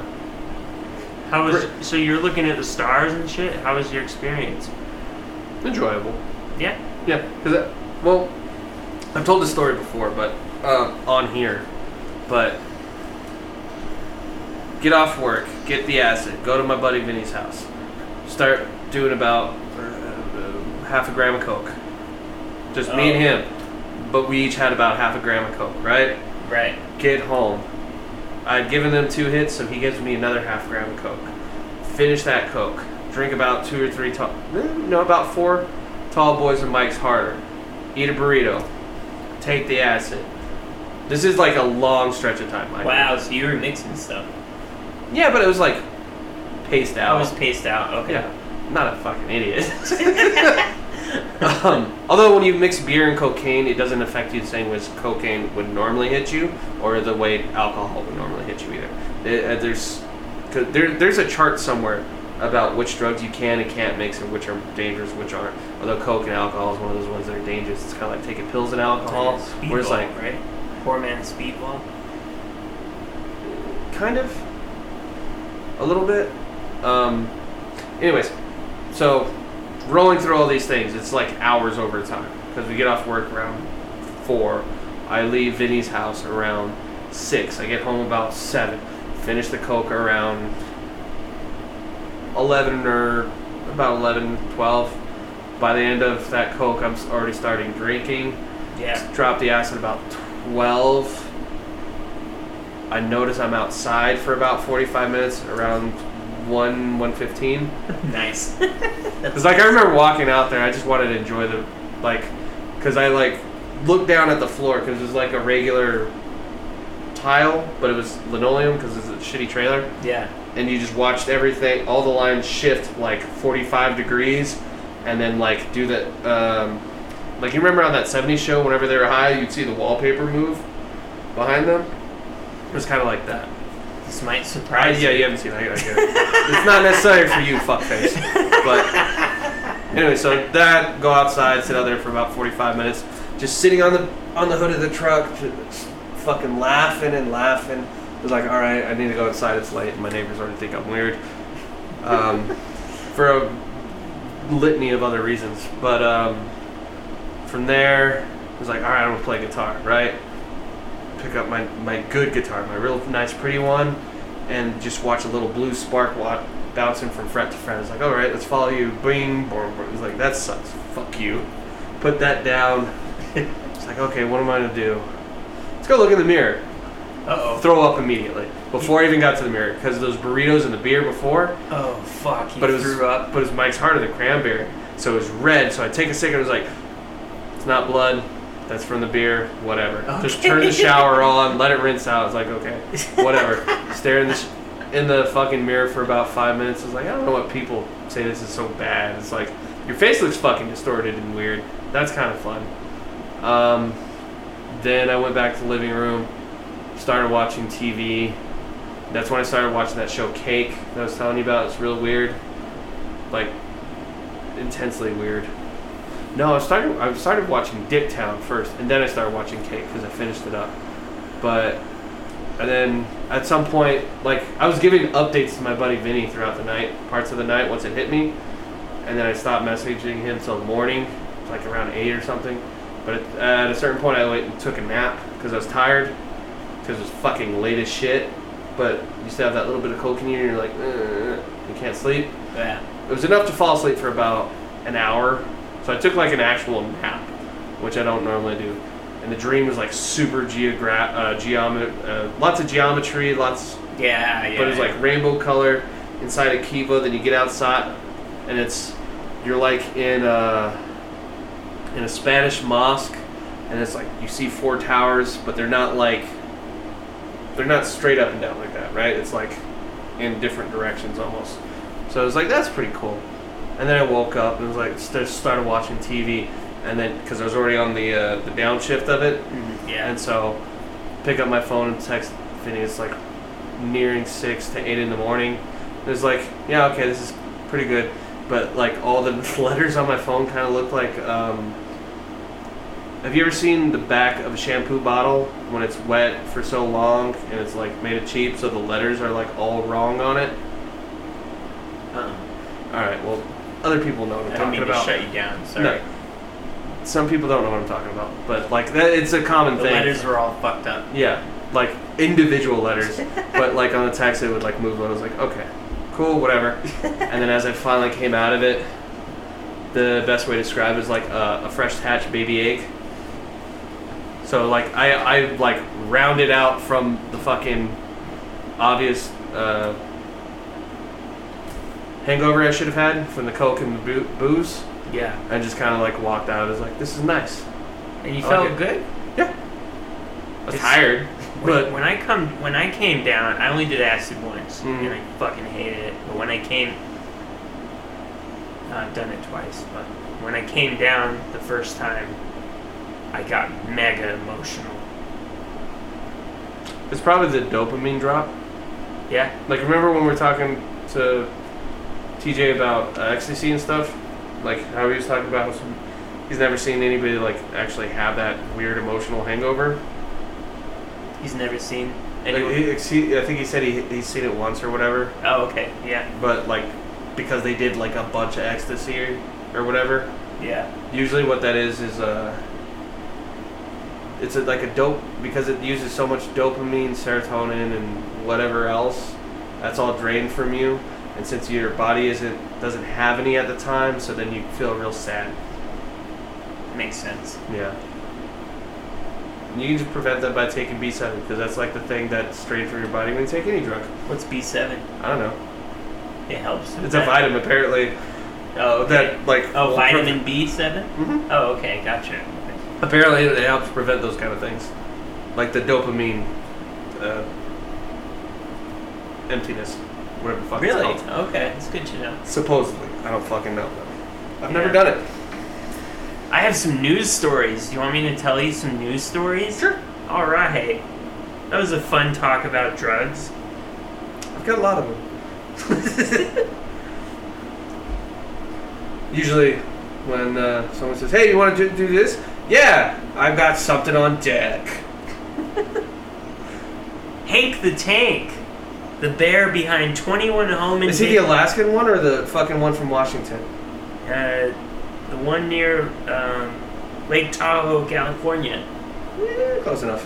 S2: How was?
S1: Gr-
S2: So you're looking at the stars and shit. How was your experience?
S1: Enjoyable.
S2: Yeah.
S1: Yeah, because well, I've told this story before, but um, on here, but get off work, get the acid, go to my buddy Vinny's house, start doing about uh, half a gram of coke, just me and him, but we each had about half a gram of coke, right?
S2: Right.
S1: Get home. I'd given them two hits, so he gives me another half gram of coke. Finish that coke. Drink about two or three tall, no, about four tall boys and Mike's harder. Eat a burrito. Take the acid. This is like a long stretch of time. Mike.
S2: Wow. So you were mixing stuff.
S1: Yeah, but it was like paced
S2: I
S1: out.
S2: was paced out. Okay.
S1: Yeah, not a fucking idiot. um, although when you mix beer and cocaine, it doesn't affect you the same way as cocaine would normally hit you, or the way alcohol would normally hit you either. It- uh, there's 'cause there, there's a chart somewhere about which drugs you can and can't mix and which are dangerous, which aren't. Although coke and alcohol is one of those ones that are dangerous. It's kind of like taking pills and alcohol,
S2: Speedball,
S1: where it's like
S2: right? Poor man speedball.
S1: kind of a little bit um anyways so rolling through all these things it's like hours over time because we get off work around four i leave vinny's house around six i get home about seven finish the coke around 11 or about 11 12 by the end of that coke i'm s- already starting drinking
S2: Yeah.
S1: Drop the acid about 12. I notice I'm outside for about 45 minutes around one one fifteen.
S2: nice.
S1: Cause like I remember walking out there, I just wanted to enjoy the like, cause I like looked down at the floor because it was like a regular tile, but it was linoleum because it's a shitty trailer,
S2: Yeah.
S1: and you just watched everything, all the lines shift like forty five degrees, and then like do that. Um, like you remember on that '70s show, whenever they were high, you'd see the wallpaper move behind them. It was kind of like that.
S2: This might
S1: I,
S2: surprise
S1: yeah, you haven't seen it. I, I get it. it's not necessary for you, fuckface. But anyway, so that go outside, sit out there for about forty-five minutes,
S4: just sitting on the on the hood of the truck, just fucking laughing and laughing.
S1: I was like, all right, I need to go outside. It's late. and My neighbors already think I'm weird. Um, for a litany of other reasons. But um, from there, I was like, all right, I'm going to play guitar, right? Pick up my, my good guitar, my real nice, pretty one, and just watch a little blue spark wa bouncing from fret to fret. I was like, all right, let's follow you. Bing, boom, boom. I was like, that sucks. Fuck you. Put that down. It's like, okay, what am I going to do? Let's go look in the mirror
S2: Uh
S1: throw up immediately before I even got to the mirror because of those burritos and the beer before.
S2: oh. Oh fuck. You
S1: But it was
S2: threw up.
S1: But it was Mike's Heart of the Cranberry, so it was red. So I take a sip and it was like, it's not blood. That's from the beer. Whatever. Just turn the
S2: Okay.
S1: shower on, let it rinse out. It's like okay, whatever. Stare in the sh- in the fucking mirror for about five minutes. It's like I don't know what people say. This is so bad. It's like your face looks fucking distorted and weird. That's kind of fun. Um, then I went back to the living room, started watching TV. That's when I started watching that show Cake that I was telling you about. It's real weird, like intensely weird. No, I started. I started watching Dicktown first, and then I started watching Cake because I finished it up. But and then at some point, like I was giving updates to my buddy Vinny throughout the night, parts of the night once it hit me, and then I stopped messaging him till morning, like around eight or something. But at, at a certain point, I went and took a nap because I was tired, because it was fucking late as shit. But you still have that little bit of coke in you, and you're like, "Ugh," you can't sleep
S2: Yeah.
S1: it was enough to fall asleep for about an hour. So I took like an actual nap, which I don't normally do. And the dream was like super geogra- uh, geomet- uh, lots of geometry, lots,
S2: Yeah. Yeah.
S1: but it was like rainbow color inside a kiva. Then you get outside, and it's you're like in a in a Spanish mosque, and it's like you see four towers, but they're not like they're not straight up and down like that, right? It's like in different directions almost. So I was like, that's pretty cool. And then I woke up and was like, st- started watching TV, and then because I was already on the uh, the downshift of it,
S2: Mhm, Yeah.
S1: and so pick up my phone and text Vinny. It's like nearing six to eight in the morning. And it's like, yeah, okay, this is pretty good. But like all the letters on my phone kind of look like. Um, have you ever seen the back of a shampoo bottle when it's wet for so long and it's like made of cheap, so the letters are like all wrong on it?
S2: Um,
S1: All right, well, other people know what I'm
S2: I don't
S1: talking
S2: mean
S1: about.
S2: to shut you down. Sorry.
S1: No. Some people don't know what I'm talking about, but like that, it's a common
S2: The
S1: thing.
S2: letters were all fucked up.
S1: Yeah, like individual letters, but like on the text it would like move. And I was like, okay, cool, whatever. And then as I finally came out of it, the best way to describe it is like a, a fresh hatched baby egg. So like I I like rounded out from the fucking obvious uh, hangover I should have had from the coke and the boo- booze.
S2: Yeah.
S1: I just kind of like walked out. I was like, this is nice.
S2: And you
S1: I
S2: felt
S1: like
S2: good.
S1: I was
S2: It's-
S1: tired,
S2: When,
S1: but
S2: when I come, when I came down, I only did acid once,
S1: Mm.
S2: and I fucking hated it. But when I came, I've done it twice. But when I came down the first time, I got mega emotional.
S1: it's probably the dopamine drop.
S2: Yeah,
S1: Like, remember when we were talking to TJ about uh, ecstasy and stuff? Like, how he was talking about how some, he's never seen anybody, like, actually have that weird emotional hangover.
S2: he's never seen
S1: Like,
S2: anyone.
S1: he- he- I think he said he, he's seen it once or whatever,
S2: oh, okay. Yeah,
S1: but, like, because they did, like, a bunch of ecstasy or, or whatever.
S2: yeah,
S1: Usually, what that is is uh, it's a, like a dope because it uses so much dopamine, serotonin, and whatever else. That's all drained from you, and since your body isn't doesn't have any at the time, so then you feel real sad.
S2: makes sense.
S1: Yeah. And You can just prevent that by taking B7 because that's like the thing that's drained from your body when you take any drug.
S2: What's B seven?
S1: I don't know.
S2: It helps.
S1: It's a vitamin, apparently.
S2: Oh, okay.
S1: That like
S2: Oh,
S1: will
S2: vitamin B7?
S1: prevent- Mhm.
S2: Oh, okay, gotcha.
S1: Apparently, it helps prevent those kind of things, like the dopamine uh, emptiness, whatever the fuck
S2: Really?
S1: it's called.
S2: Okay, it's good to know.
S1: Supposedly, I don't fucking know. I've never
S2: Yeah.
S1: done it.
S2: I have some news stories. You want me to tell you some news stories?
S1: Sure.
S2: All right. That was a fun talk about drugs.
S1: I've got a lot of them. Usually, when uh, someone says, "Hey, you want to do this?" Yeah, I've got something on deck.
S2: Hank the Tank, the bear behind 21 home
S1: Is he the
S2: invasion-
S1: Alaskan one or the fucking one from Washington?
S2: uh, the one near um, Lake Tahoe, California.
S1: Eh, close enough.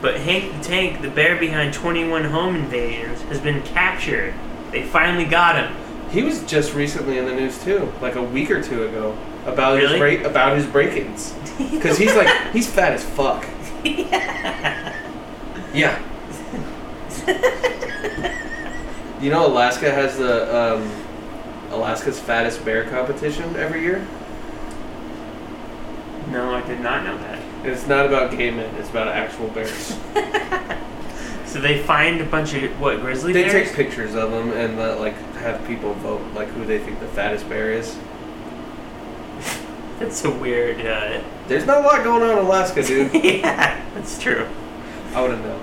S2: But Hank the Tank, the bear behind 21 home invasions, has been captured. They finally got him.
S1: He was just recently in the news too, like a week or two ago, about his
S2: Really?
S1: break about his break-ins, because he's like he's fat as fuck. Yeah. you know, Alaska has the um, Alaska's fattest bear competition every year.
S2: No, I did not know that.
S1: And it's not about gay men; it's about actual bears.
S2: So they find a bunch of what grizzly
S1: they
S2: bears?
S1: take pictures of them and let, like have people vote like who they think the fattest bear is.
S2: That's a weird. Uh,
S1: There's not a lot going on in Alaska, dude.
S2: yeah, that's true.
S1: I wouldn't know.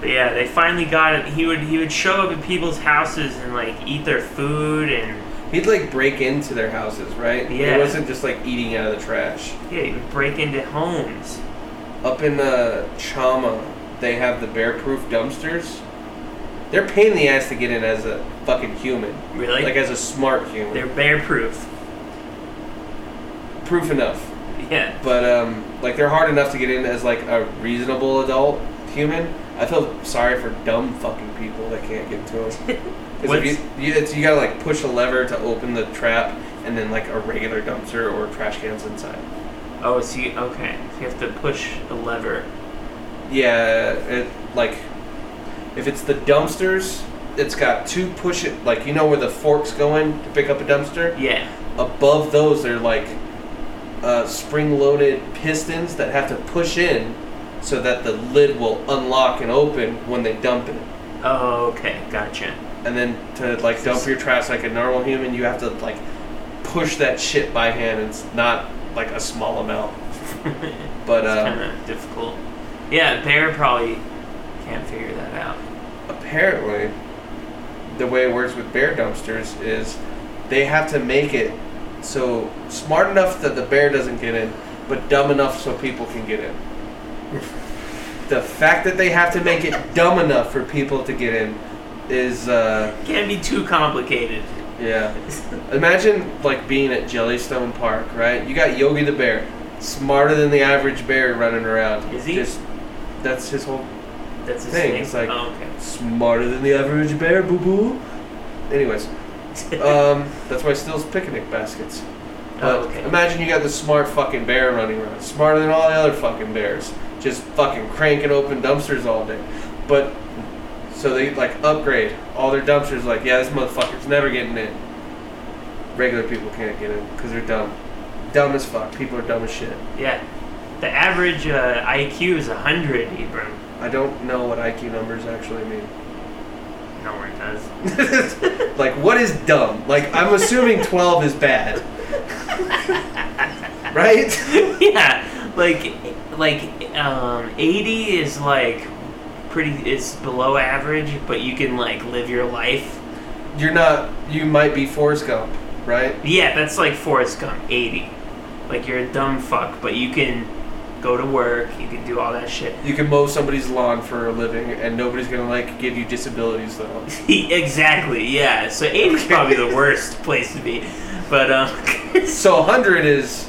S2: But yeah, they finally got him. He would he would show up at people's houses and like eat their food and
S1: He'd like break into their houses, right?
S2: Yeah.
S1: It wasn't just like eating out of the trash.
S2: yeah, he would break into homes.
S1: Up in uh, Chama, they have the bear proof dumpsters. They're a pain in the ass to get in as a fucking human.
S2: Really?
S1: Like as a smart human.
S2: They're bear proof.
S1: proof enough.
S2: Yeah.
S1: But um like they're hard enough to get in as like a reasonable adult human. I feel sorry for dumb fucking people that can't get to them.
S2: What's-
S1: Because you, you, it's, you gotta like push a lever to open the trap, and then like a regular dumpster or trash cans inside.
S2: Oh, so you okay? So you have to push a lever.
S1: Yeah, it like if it's the dumpsters, it's got two push it like you know where the forks go in to pick up a dumpster.
S2: Yeah.
S1: Above those, they're like uh, spring-loaded pistons that have to push in so that the lid will unlock and open when they dump it.
S2: Oh, okay, gotcha.
S1: And then to like dump your trash like a normal human, you have to like push that shit by hand. It's not like a small amount,
S2: it's
S1: but
S2: kind
S1: uh,
S2: of difficult. Yeah, bear probably can't figure that out.
S1: apparently the way it works with bear dumpsters is they have to make it so smart enough that the bear doesn't get in but dumb enough so people can get in the fact that they have to make it dumb enough for people to get in is uh
S2: Can't be too complicated.
S1: yeah imagine like being at jellystone park right you got yogi the bear smarter than the average bear running around
S2: Is he?
S1: Just- that's his whole
S2: That's his
S1: Thing,
S2: thing.
S1: it's like-
S2: oh, okay.
S1: smarter than the average bear, boo boo. Anyways, um, that's why Still's picnic baskets. But
S2: oh, okay.
S1: imagine you got this smart fucking bear running around, smarter than all the other fucking bears, just fucking cranking open dumpsters all day. But so they like upgrade all their dumpsters. Like, yeah, this motherfucker's never getting in. Regular people can't get in because they're dumb, dumb as fuck. People are dumb as shit.
S2: Yeah. The average uh, IQ is 100, Ibram.
S1: I don't know what IQ numbers actually mean.
S2: No one does.
S1: like what is dumb like i'm assuming 12 is bad right
S2: yeah. Like, like um, 80 is like pretty, it's below average, but you can like live your life.
S1: you're not you might be Forrest Gump right
S2: Yeah, that's like Forrest Gump, 80. Like, you're a dumb fuck, but you can go to work, you can do all that shit.
S1: you can mow somebody's lawn for a living and nobody's gonna like give you disabilities though
S2: exactly, yeah. So 80 is probably the worst place to be. But, um,
S1: so 100 is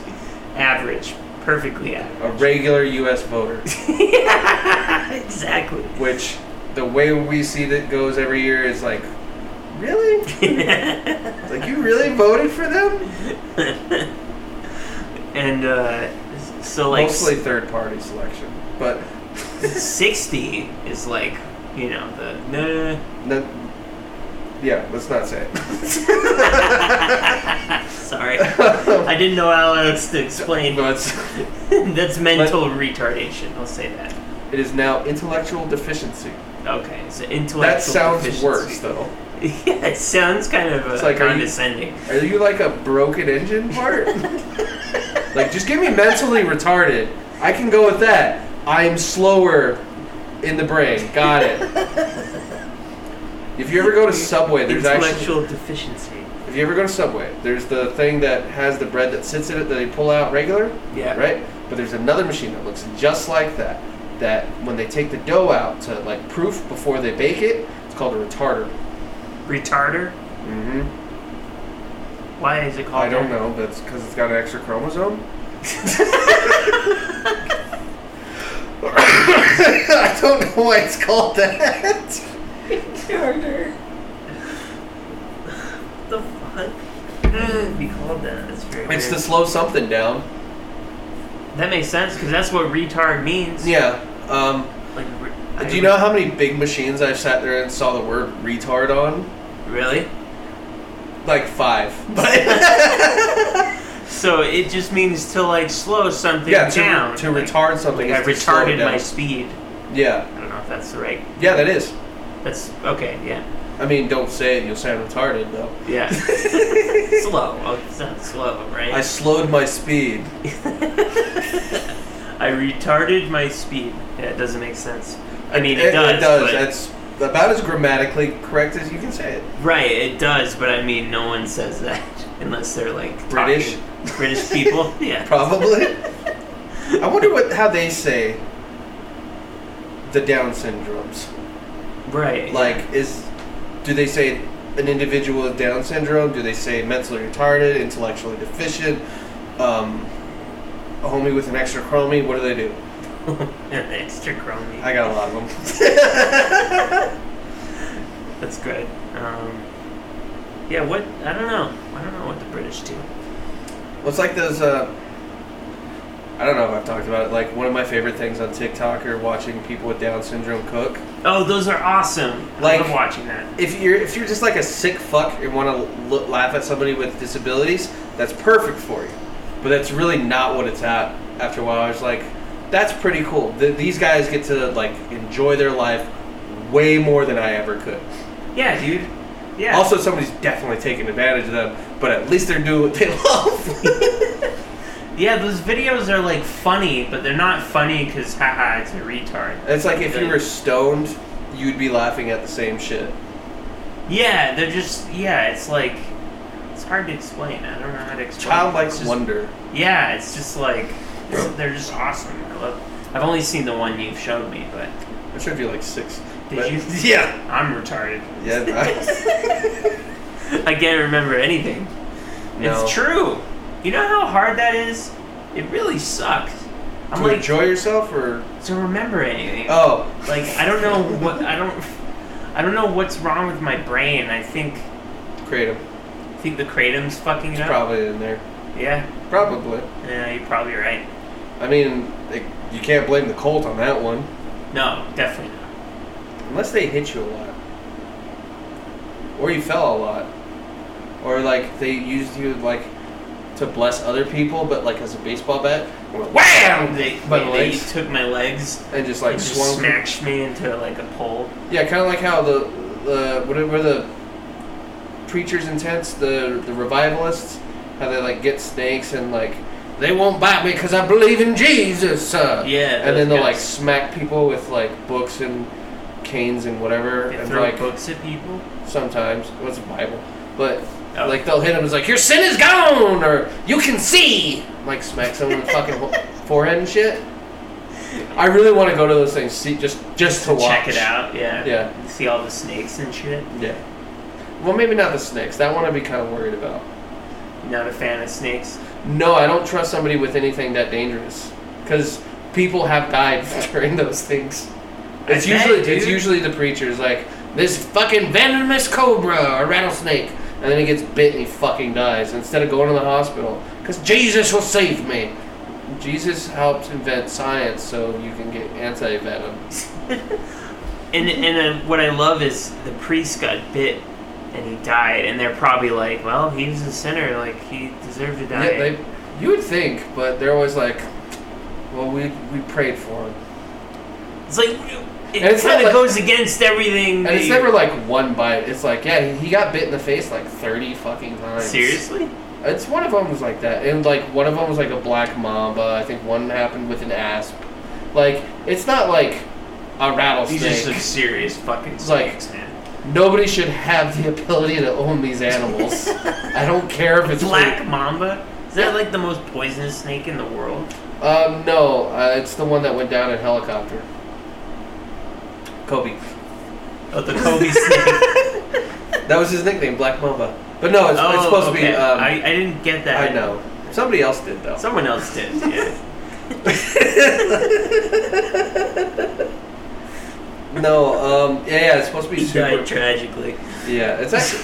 S2: average. Perfectly average.
S1: a regular us voter
S2: exactly.
S1: which the way we see that goes every year is like really
S2: and
S1: like you really voted for them
S2: uh, so like s-
S1: mostly third party selection but
S2: 60 is like you know the nah,
S1: no, Yeah, let's not say it.
S2: Sorry, I didn't know how else to explain.
S1: But
S2: That's mental retardation. I'll say that.
S1: it is now intellectual deficiency.
S2: Okay, so intellectual.
S1: That sounds
S2: deficiency.
S1: worse, though.
S2: Yeah, it sounds kind of uh,
S1: It's like, are you-
S2: condescending.
S1: Are you like a broken engine part? like, just give me mentally retarded. I can go with that. I'm slower in the brain. Got it. If you ever go to Subway, there's actually
S2: intellectual deficiency.
S1: if you ever go to Subway, there's the thing that has the bread that sits in it that they pull out regular,
S2: Yeah.
S1: right? But there's another machine that looks just like that. That when they take the dough out to like proof before they bake it, it's called a retarder.
S2: Retarder.
S1: Mm-hmm.
S2: Why is it called?
S1: I don't
S2: that?
S1: know. That's because it's got an extra chromosome. I don't know why it's called that.
S2: Retarder. the fuck? Mm, Be called that. That's very
S1: It's to
S2: weird.
S1: slow something down.
S2: That makes sense because that's what retard means.
S1: Yeah. Um,
S2: Like. Re- I-
S1: do you know how many big machines I've sat there and saw the word retard on?
S2: Really?
S1: Like five. But
S2: So it just means to like slow something
S1: yeah, to,
S2: down.
S1: to
S2: like,
S1: retard something.
S2: Like I
S1: is to slow it
S2: retarded
S1: down.
S2: my speed.
S1: Yeah.
S2: I don't know if that's the right.
S1: Yeah, that is.
S2: That's okay. Yeah.
S1: I mean, don't say it. You'll sound retarded though.
S2: Yeah. slow. Oh, it sounds slow, right?
S1: I slowed my speed.
S2: I retarded my speed. Yeah, it doesn't make sense. I mean, it,
S1: It,
S2: does.
S1: it
S2: but-
S1: does. That's about as grammatically correct as you can say it.
S2: right, it does, but I mean, no one says that unless they're like talking-
S1: British?
S2: British people. Yeah.
S1: Probably. I wonder what how they say the Down syndromes.
S2: Right.
S1: Like, is do they say an individual with Down syndrome? Do they say mentally retarded, intellectually deficient, um, a homie with an extra chromie? What do they do?
S2: extra crony.
S1: I got a lot of them.
S2: That's good. Um, yeah. What? I don't know. I don't know what the British do.
S1: What's like those? Uh, I don't know if I've talked about it. Like one of my favorite things on TikTok are watching people with Down syndrome cook.
S2: Oh, those are awesome. I
S1: Like-
S2: love watching that.
S1: if you're if you're just like a sick fuck and want to l- laugh at somebody with disabilities, that's perfect for you. But that's really not what it's at. After a while, I was like, that's pretty cool. Th- these guys get to like enjoy their life way more than I ever could.
S2: Yeah, dude. Yeah.
S1: Also, somebody's definitely taking advantage of them, but at least they're doing what they love.
S2: yeah, those videos are like funny, but they're not funny because haha, it's a retard.
S1: it's like if you were stoned, you'd be laughing at the same shit.
S2: Yeah, they're just yeah. It's like it's hard to explain. I don't know how to explain. it.
S1: Childlike
S2: It's just-
S1: wonder.
S2: Yeah, it's just like it's, they're just awesome. I love. I've only seen the one you've shown me, but
S1: I showed you like six.
S2: Did
S1: but-
S2: you?
S1: Yeah.
S2: I'm retarded.
S1: Yeah.
S2: I can't remember anything.
S1: I, no.
S2: It's true. You know how hard that is. It really sucks. I'm
S1: To
S2: like
S1: enjoy yourself or
S2: to remember anything.
S1: oh.
S2: Like I don't know what I don't I don't know what's wrong with my brain. I think
S1: Kratom.
S2: I think the kratom's fucking it
S1: It's
S2: up.
S1: probably in there.
S2: Yeah.
S1: Probably.
S2: Yeah, you're probably right.
S1: I mean, like, you can't blame the Colt on that one.
S2: No, definitely not.
S1: Unless they hit you a lot. Or you fell a lot. Or, like, they used you, like, to bless other people, but, like, as a baseball bat. Wham!
S2: They,
S1: By
S2: they, they
S1: the legs.
S2: took my legs
S1: And just, like,
S2: and just
S1: swung.
S2: smashed me into like a pole.
S1: Yeah, kind of like how the, the what are- were the preachers and tents, the, the revivalists, how they, like, get snakes and, like, they won't bite me because I believe in Jesus, sir.
S2: Yeah.
S1: and then
S2: those
S1: they'll like
S2: guys.
S1: smack people with like books and canes and whatever
S2: they
S1: and
S2: throw
S1: like
S2: books at people.
S1: sometimes it was a bible but
S2: Oh.
S1: like they'll hit them it's like your sin is gone or you can see like smack someone in the fucking ho- forehead and shit i really want to go to those things see just just to watch
S2: check it out. Yeah.
S1: Yeah.
S2: See all the snakes and shit.
S1: yeah well maybe not the snakes that one i'd be kind of worried about
S2: Not a fan of snakes.
S1: no i don't trust somebody with anything that dangerous because people have died during those things
S2: I
S1: It's
S2: bet,
S1: usually it's
S2: dude.
S1: usually the preacher's like this fucking venomous cobra or rattlesnake, and then he gets bit and he fucking dies instead of going to the hospital because Jesus will save me. Jesus helped invent science so you can get anti venom.
S2: And and uh, what I love is the priest got bit, and he died, and they're probably like, well, he's a sinner, like he deserved to die.
S1: Yeah, they. You would think, but they're always like, "Well, we we prayed for him,"
S2: it's like it
S1: And it's not
S2: kind of
S1: like-
S2: goes against everything.
S1: and
S2: that
S1: it's
S2: you-
S1: never like one bite. It's like, yeah, he got bit in the face like thirty fucking times.
S2: seriously.
S1: It's one of them was like that, and like one of them was like a black mamba. I think one happened with an asp. Like it's not like a rattlesnake.
S2: These are some serious fucking
S1: It's like-
S2: snakes, man.
S1: Nobody should have the ability to own these animals. I don't care if it's
S2: Black mamba. Is that like the most poisonous snake in the world?
S1: Um, no, uh, it's the one that went down in helicopter. Kobe.
S2: Oh, the Kobe snake.
S1: That was his nickname, Black Mamba. But no, it's,
S2: oh,
S1: it's supposed to
S2: okay.
S1: be. Um,
S2: I,
S1: I,
S2: I didn't get that.
S1: know. Somebody else did though.
S2: Someone else did. Yeah.
S1: no. Um. Yeah. Yeah. It's supposed to be
S2: he
S1: super.
S2: died tragically.
S1: Yeah. It's actually.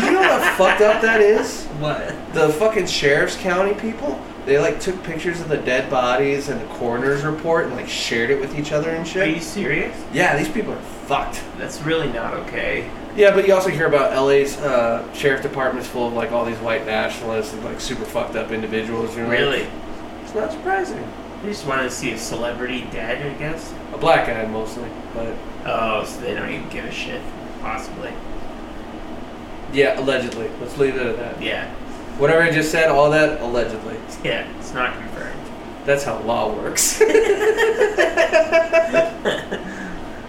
S1: do you know how fucked up that is?
S2: What?
S1: the fucking sheriff's county people they like took pictures of the dead bodies and the coroner's report and like shared it with each other and
S2: Are
S1: shit
S2: you serious?
S1: yeah these people are fucked
S2: That's really not okay.
S1: yeah but you also hear about la's uh, sheriff department's full of like all these white nationalists and like super fucked up individuals you know
S2: Really?
S1: it's not surprising
S2: They just want to see a celebrity dead, I guess.
S1: a black guy mostly but
S2: Oh, so they don't even give a shit. Possibly.
S1: yeah allegedly let's leave it at that
S2: Yeah.
S1: whatever i just said all that allegedly
S2: Yeah. It's not confirmed.
S1: that's how law works uh,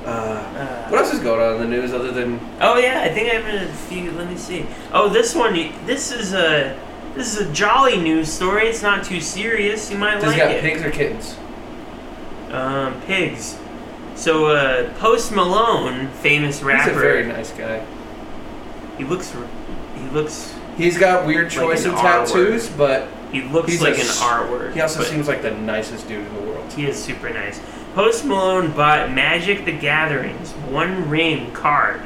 S2: Uh,
S1: what else is going on in the news other than
S2: Oh yeah, I think I have a few. Let me see. Oh, this one. This is a this is a jolly news story. It's not too serious. You might
S1: does he
S2: like
S1: got
S2: it.
S1: pigs or kittens
S2: Um, pigs. So uh, Post Malone, famous rapper.
S1: He's a very nice guy.
S2: he looks. r- He looks.
S1: He's got weird choice
S2: an
S1: of
S2: R word.
S1: tattoos, but
S2: He looks
S1: He's a
S2: like an
S1: s-
S2: R word.
S1: he also
S2: but-
S1: seems like the nicest dude in the world.
S2: He is super nice. Post Malone bought Magic the Gathering's One Ring card,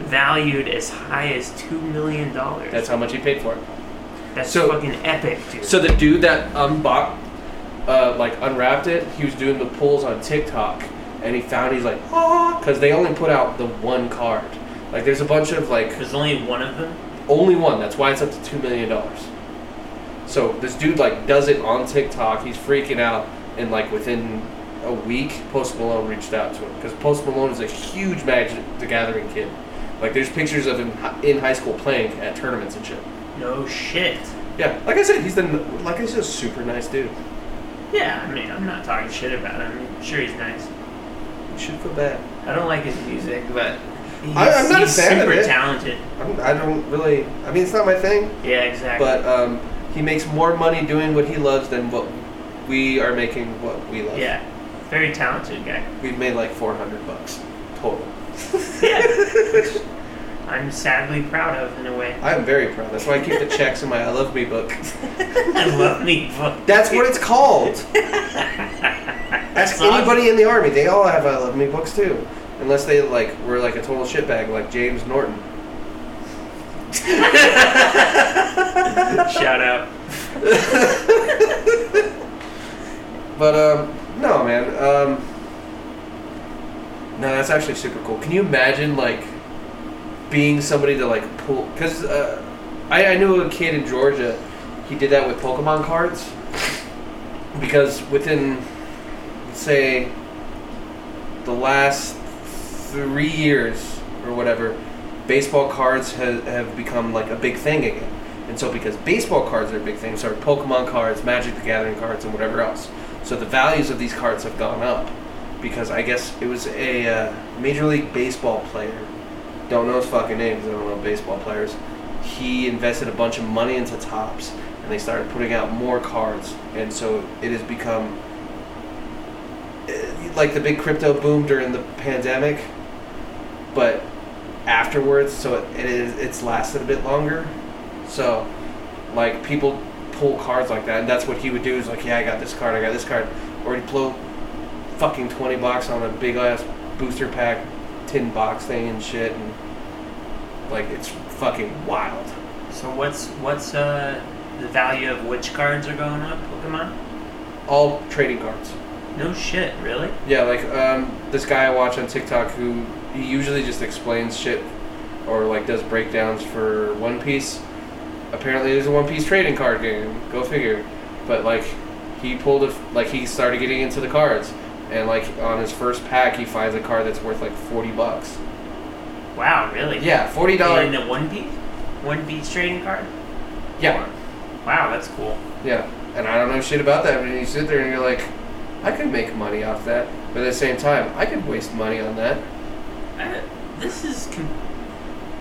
S2: valued as high as two million dollars.
S1: That's how much he paid for it.
S2: That's
S1: so-
S2: fucking epic, dude.
S1: So the dude that unboxed, uh, like unwrapped it, he was doing the pulls on TikTok, and he found he's like, ah, because they only put out the one card. Like there's a bunch of like
S2: there's only one of them.
S1: only one. That's why it's up to two million dollars. So this dude like does it on TikTok. He's freaking out, and like within a week, Post Malone reached out to him because Post Malone is a huge Magic the Gathering kid. Like there's pictures of him hi- in high school playing at tournaments and shit.
S2: No shit.
S1: Yeah, like I said, he's the n- like I said, super nice dude.
S2: Yeah, I mean, I'm not talking shit about him. I'm sure he's nice.
S1: You should feel bad.
S2: I don't like his music, but he's,
S1: I- I'm not a
S2: he's
S1: fan of
S2: super
S1: it.
S2: talented.
S1: I'm, I don't really. I mean, it's not my thing,
S2: Yeah, exactly.
S1: but um, he makes more money doing what he loves than what we are making what we love.
S2: yeah, very talented guy.
S1: We've made like 400 bucks total.
S2: Yeah, which I'm sadly proud of in a way.
S1: I'm very proud. That's why I keep the checks in my I Love Me book.
S2: I love me. Fuck.
S1: That's what it's called. Ask
S2: awesome.
S1: anybody in the army. They all have I Love Me books too. Unless they like were like a total shitbag like James Norton.
S2: Shout out.
S1: But um no man. Um No, that's actually super cool. Can you imagine like being somebody to like pull cuz uh, I I knew a kid in Georgia. He did that with Pokemon cards. Because within let's say the last 3 years or whatever, baseball cards have, have become like a big thing again. And so, because baseball cards are a big thing, so are Pokemon cards, Magic the Gathering cards, and whatever else. So, the values of these cards have gone up because I guess it was a uh, Major League Baseball player. Don't know his fucking name 'cause I don't know baseball players. He invested a bunch of money into tops and they started putting out more cards. And so, it has become uh, like the big crypto boom during the pandemic. But afterwards, so it, it is it's lasted a bit longer. So, like people pull cards like that, and that's what he would do. Is like, yeah, I got this card, I got this card, or he'd blow fucking twenty bucks on a big ass booster pack, tin box thing and shit, and like it's fucking wild.
S2: So what's what's uh the value of which cards are going up? Pokemon?
S1: All trading cards.
S2: No shit, really?
S1: Yeah, like um, this guy I watch on TikTok who he usually just explains shit or like does breakdowns for One Piece. Apparently, there's a One Piece trading card game. Go figure. But like, he pulled a f- like he started getting into the cards, and like on his first pack, he finds a card that's worth like forty bucks.
S2: Wow, really?
S1: Yeah, forty
S2: In
S1: dollars.
S2: the one piece, one piece trading card.
S1: Yeah,
S2: Wow, that's cool.
S1: Yeah, and I don't know shit about that. But you sit there and you're like, I could make money off that, but at the same time, I could waste money on that.
S2: I, Uh, this is con-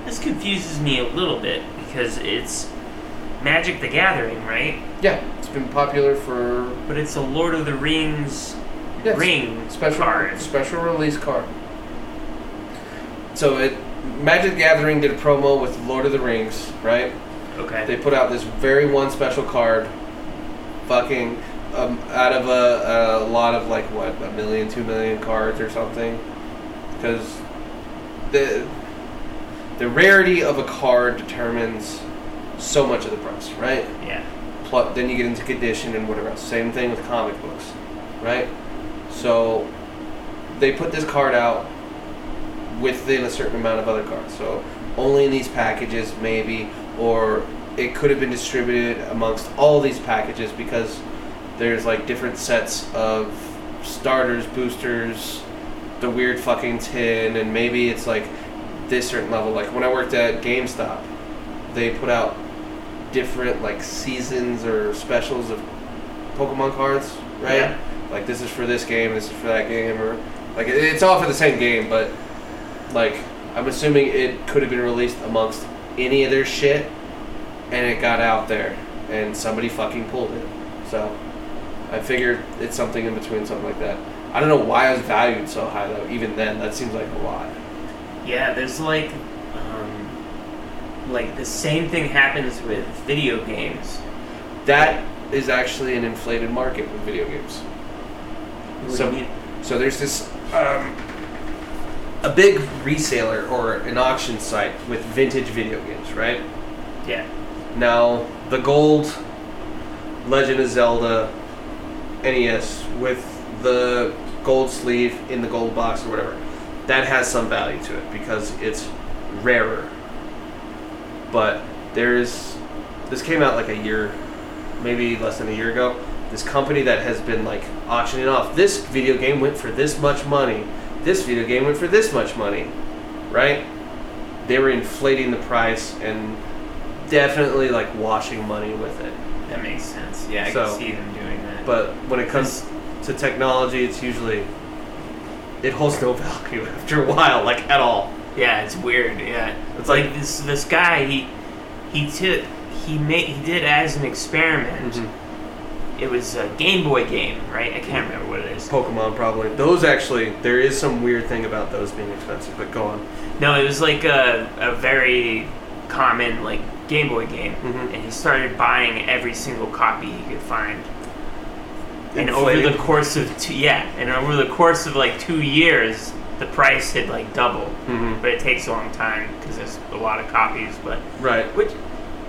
S2: this confuses me a little bit because it's Magic the Gathering, right?
S1: Yeah, it's been popular for
S2: But it's a Lord of the Rings
S1: yeah, it's
S2: ring
S1: special
S2: card.
S1: special release card. So it Magic the Gathering did a promo with Lord of the Rings, right?
S2: Okay.
S1: They put out this very one special card, fucking um, out of a, a lot of like what a million, two million cards or something, because the the rarity of a card determines so much of the price, right?
S2: yeah.
S1: Plus, then you get into condition and whatever else. Same thing with comic books, right? So they put this card out within a certain amount of other cards. So only in these packages, maybe, or it could have been distributed amongst all these packages because there's like different sets of starters, boosters, the weird fucking tin, and maybe it's like this certain level. Like when I worked at GameStop, they put out different like seasons or specials of Pokemon cards, right?
S2: Yeah.
S1: Like this is for this game, this is for that game, or like it- it's all for the same game, but like I'm assuming it could have been released amongst any of their shit, and it got out there, and somebody fucking pulled it. So I figured it's something in between, something like that. I don't know why I was valued so high though. Even then, that seems like a lot.
S2: Yeah, there's like, um, like the same thing happens with video games.
S1: That is actually an inflated market with video games.
S2: What do
S1: So-
S2: you mean?
S1: So there's this um, a big reseller or an auction site with vintage video games, right?
S2: yeah,
S1: Now, the gold Legend of Zelda NES with the gold sleeve in the gold box or whatever, that has some value to it because it's rarer. But there is. This came out like a year, maybe less than a year ago. This company that has been like auctioning off this video game went for this much money, this video game went for this much money, right? They were inflating the price and definitely like washing money with it.
S2: that makes sense. Yeah, I
S1: So-
S2: can see them doing that.
S1: But when it comes to technology, it's usually it holds no value after a while, like at all.
S2: Yeah, it's weird. Yeah,
S1: It's
S2: it's
S1: like-
S2: like, this this guy he he took he made he did as an experiment.
S1: Mm-hmm.
S2: It was a Game Boy game, right? I can't remember what it is.
S1: Pokemon probably. Those actually, there is some weird thing about those being expensive. But go on.
S2: No, it was like a a very common like Game Boy game,
S5: Mm-hmm.
S1: Mhm.
S2: and he started buying every single copy he could find. And over
S1: Inflated.
S2: the course of two, yeah, and over the course of like two years, the price had like doubled.
S1: Mhm.
S2: But it takes a long time because there's a lot of copies. But
S1: Right.
S2: which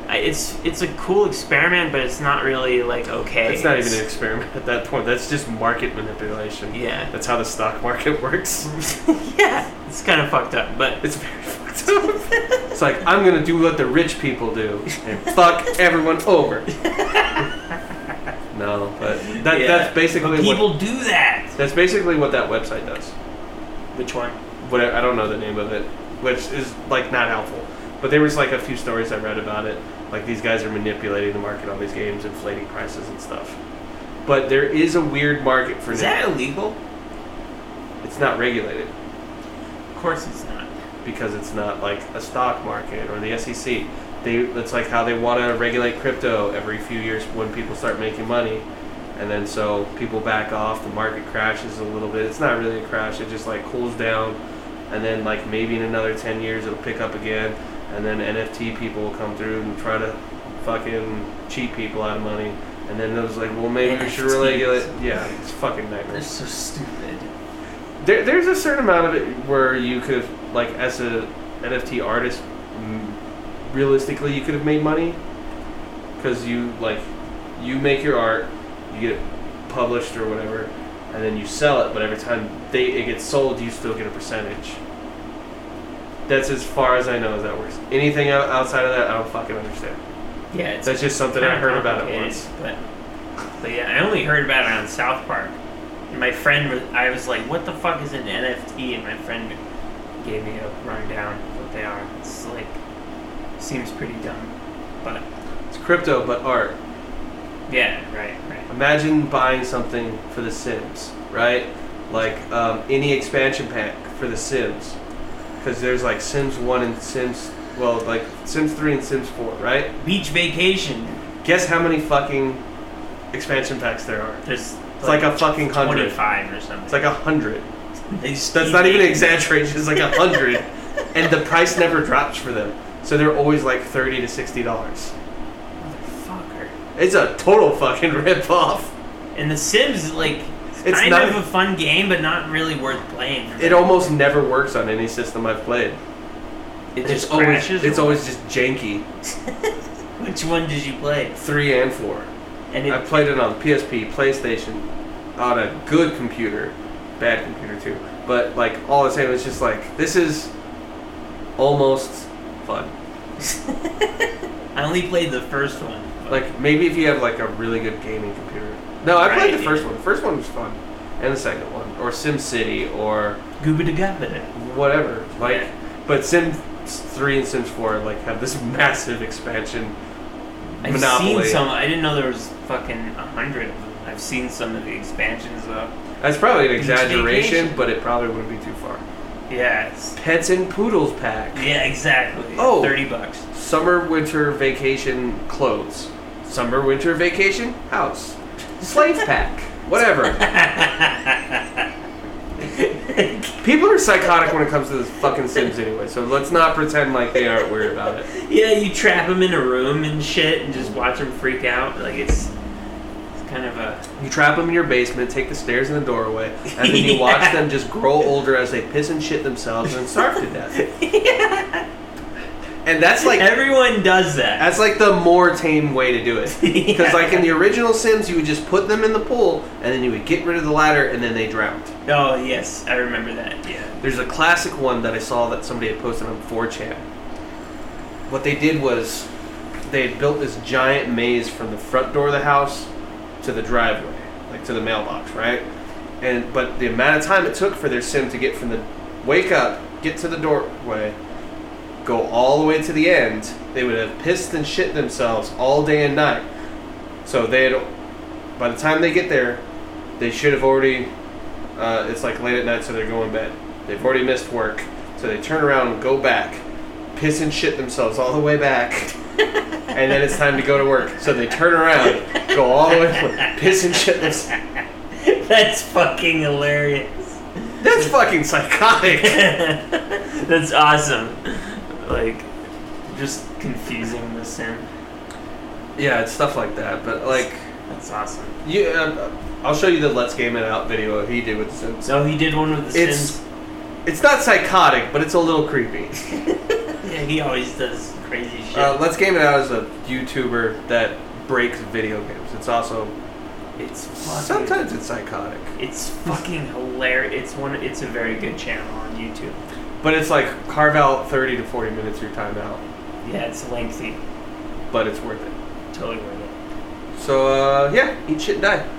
S2: I- it's it's a cool experiment, but it's not really like okay.
S5: It's not even an experiment at that point. That's just market manipulation.
S2: Yeah.
S5: That's how the stock market works.
S2: yeah, it's kind of fucked up, but
S5: It's very fucked up. It's like I'm gonna do what the rich people do and fuck everyone over. no, but that,
S2: Yeah.
S5: that's basically what
S2: but people do that.
S5: that's basically what that website does.
S2: Which one?
S5: What I don't know the name of it, which is like not helpful. But there was like a few stories I read about it. Like these guys are manipulating the market on these games, inflating prices and stuff. But there is a weird market for
S2: Is
S5: now.
S2: that illegal?
S5: It's not regulated
S2: Of course it's not.
S5: because it's not like a stock market or the SEC. They that's like how they want to regulate crypto every few years when people start making money, and then so people back off. The market crashes a little bit. It's not really a crash. It just like cools down, and then like maybe in another ten years it'll pick up again, and then NFT people will come through and try to fucking cheat people out of money. And then it was like, well, maybe we should
S2: NFTs.
S5: regulate. Yeah, it's fucking nightmare.
S2: They're so stupid.
S5: There, there's a certain amount of it where you could, have, like, as a NFT artist, mm, realistically, you could have made money because you like, you make your art, you get it published or whatever, and then you sell it. But every time they it gets sold, you still get a percentage.
S1: That's as far as I know as that works. Anything out- outside of that, I don't fucking understand.
S2: Yeah, it's
S1: That's just something I
S2: kinda
S1: heard about it
S2: complicated,
S1: once.
S2: But, but yeah, I only heard about it on South Park. And my friend, was, I was like, "What the fuck is an NFT?" And my friend gave me a rundown of what they are. It's like seems pretty dumb, but
S1: It's crypto, but art.
S2: yeah, right, right.
S1: Imagine buying something for The Sims, right? Like um, any expansion pack for The Sims, because there's like Sims One and Sims, well, like Sims Three and Sims Four, right?
S2: Beach vacation.
S1: Guess how many fucking expansion packs there are?
S2: There's
S1: It's like, a fucking hundred.
S2: twenty-five or something.
S1: It's like a hundred.
S2: They just
S1: That's
S2: keep
S1: not even an
S2: making-
S1: exaggeration. It's like a hundred, and the price never drops for them. So they're always like thirty to sixty dollars.
S2: Motherfucker.
S1: It's a total fucking rip off.
S2: And The Sims is like
S1: It's
S2: kind
S1: not-
S2: of a fun game, but not really worth playing.
S1: It almost never works on any system I've played.
S2: it
S1: It's
S2: just
S1: always
S2: crashes.
S1: it's always just janky.
S2: Which one did you play?
S1: Three and four.
S2: And
S1: I
S2: it,
S1: played it on PSP, PlayStation, on a good computer, bad computer too. But like all the same, it's just like this is almost fun.
S2: I only played the first one.
S1: Like maybe if you have like a really good gaming computer. No, I played the
S2: Right.
S1: first one. The first one was fun, and the second one, or Sim City, or
S2: Gooba da Gubba.
S1: whatever. Like,
S2: Yeah.
S1: but Sims three and Sims four like have this massive expansion.
S2: I've
S1: Monopoly.
S2: seen some. I didn't know there was fucking a hundred of them. I've seen some of the expansions though.
S1: That's probably an
S2: Beach
S1: exaggeration,
S2: vacation.
S1: but it probably wouldn't be too far.
S2: Yeah, it's,
S1: Pets and Poodles pack.
S2: yeah, exactly.
S1: Oh.
S2: thirty bucks.
S1: Summer winter vacation clothes. Summer winter vacation house. Slave pack. Whatever. People are psychotic when it comes to this fucking Sims anyway, so let's not pretend like they aren't weird about it.
S2: Yeah, you trap them in a room and shit, and just watch them freak out. Like it's, it's kind of a
S1: You trap them in your basement, take the stairs in the doorway, and then you watch
S2: Yeah.
S1: them just grow older as they piss and shit themselves and starve to death. And that's like
S2: everyone does that.
S1: That's like the more tame way to do it. Because like in the original Sims, you would just put them in the pool, and then you would get rid of the ladder, and then they drowned.
S2: Oh yes, I remember that. Yeah.
S1: There's a classic one that I saw that somebody had posted on 4chan. What they did was they had built this giant maze from the front door of the house to the driveway, like to the mailbox, right? And but the amount of time it took for their sim to get from the wake up, get to the doorway, go all the way to the end, they would have pissed and shit themselves all day and night. So they had by the time they get there, they should have already uh, it's like late at night, so they're going to bed. They've already missed work, so they turn around and go back, piss and shit themselves all the way back, and then it's time to go to work. So they turn around, go all the way, piss and shit themselves.
S2: That's fucking hilarious.
S1: That's fucking psychotic.
S2: That's awesome. Like, just confusing the sim.
S1: Yeah, it's stuff like that. But like,
S2: That's awesome.
S1: you, uh, I'll show you the "Let's Game It Out" video he did with the Sims.
S2: So he did one with the
S1: It's
S2: Sims.
S1: it's not psychotic, but it's a little creepy.
S2: Yeah, he always does crazy shit.
S1: Uh, Let's Game It Out is a YouTuber that breaks video games. It's also
S2: it's fucking,
S1: sometimes it's psychotic.
S2: it's fucking hilarious. It's one. It's a very good channel on YouTube.
S1: But it's like carve out 30 to 40 minutes of your time out,
S2: Yeah, it's lengthy.
S1: but it's worth it.
S2: Totally worth it.
S1: So, uh, yeah, eat shit and die.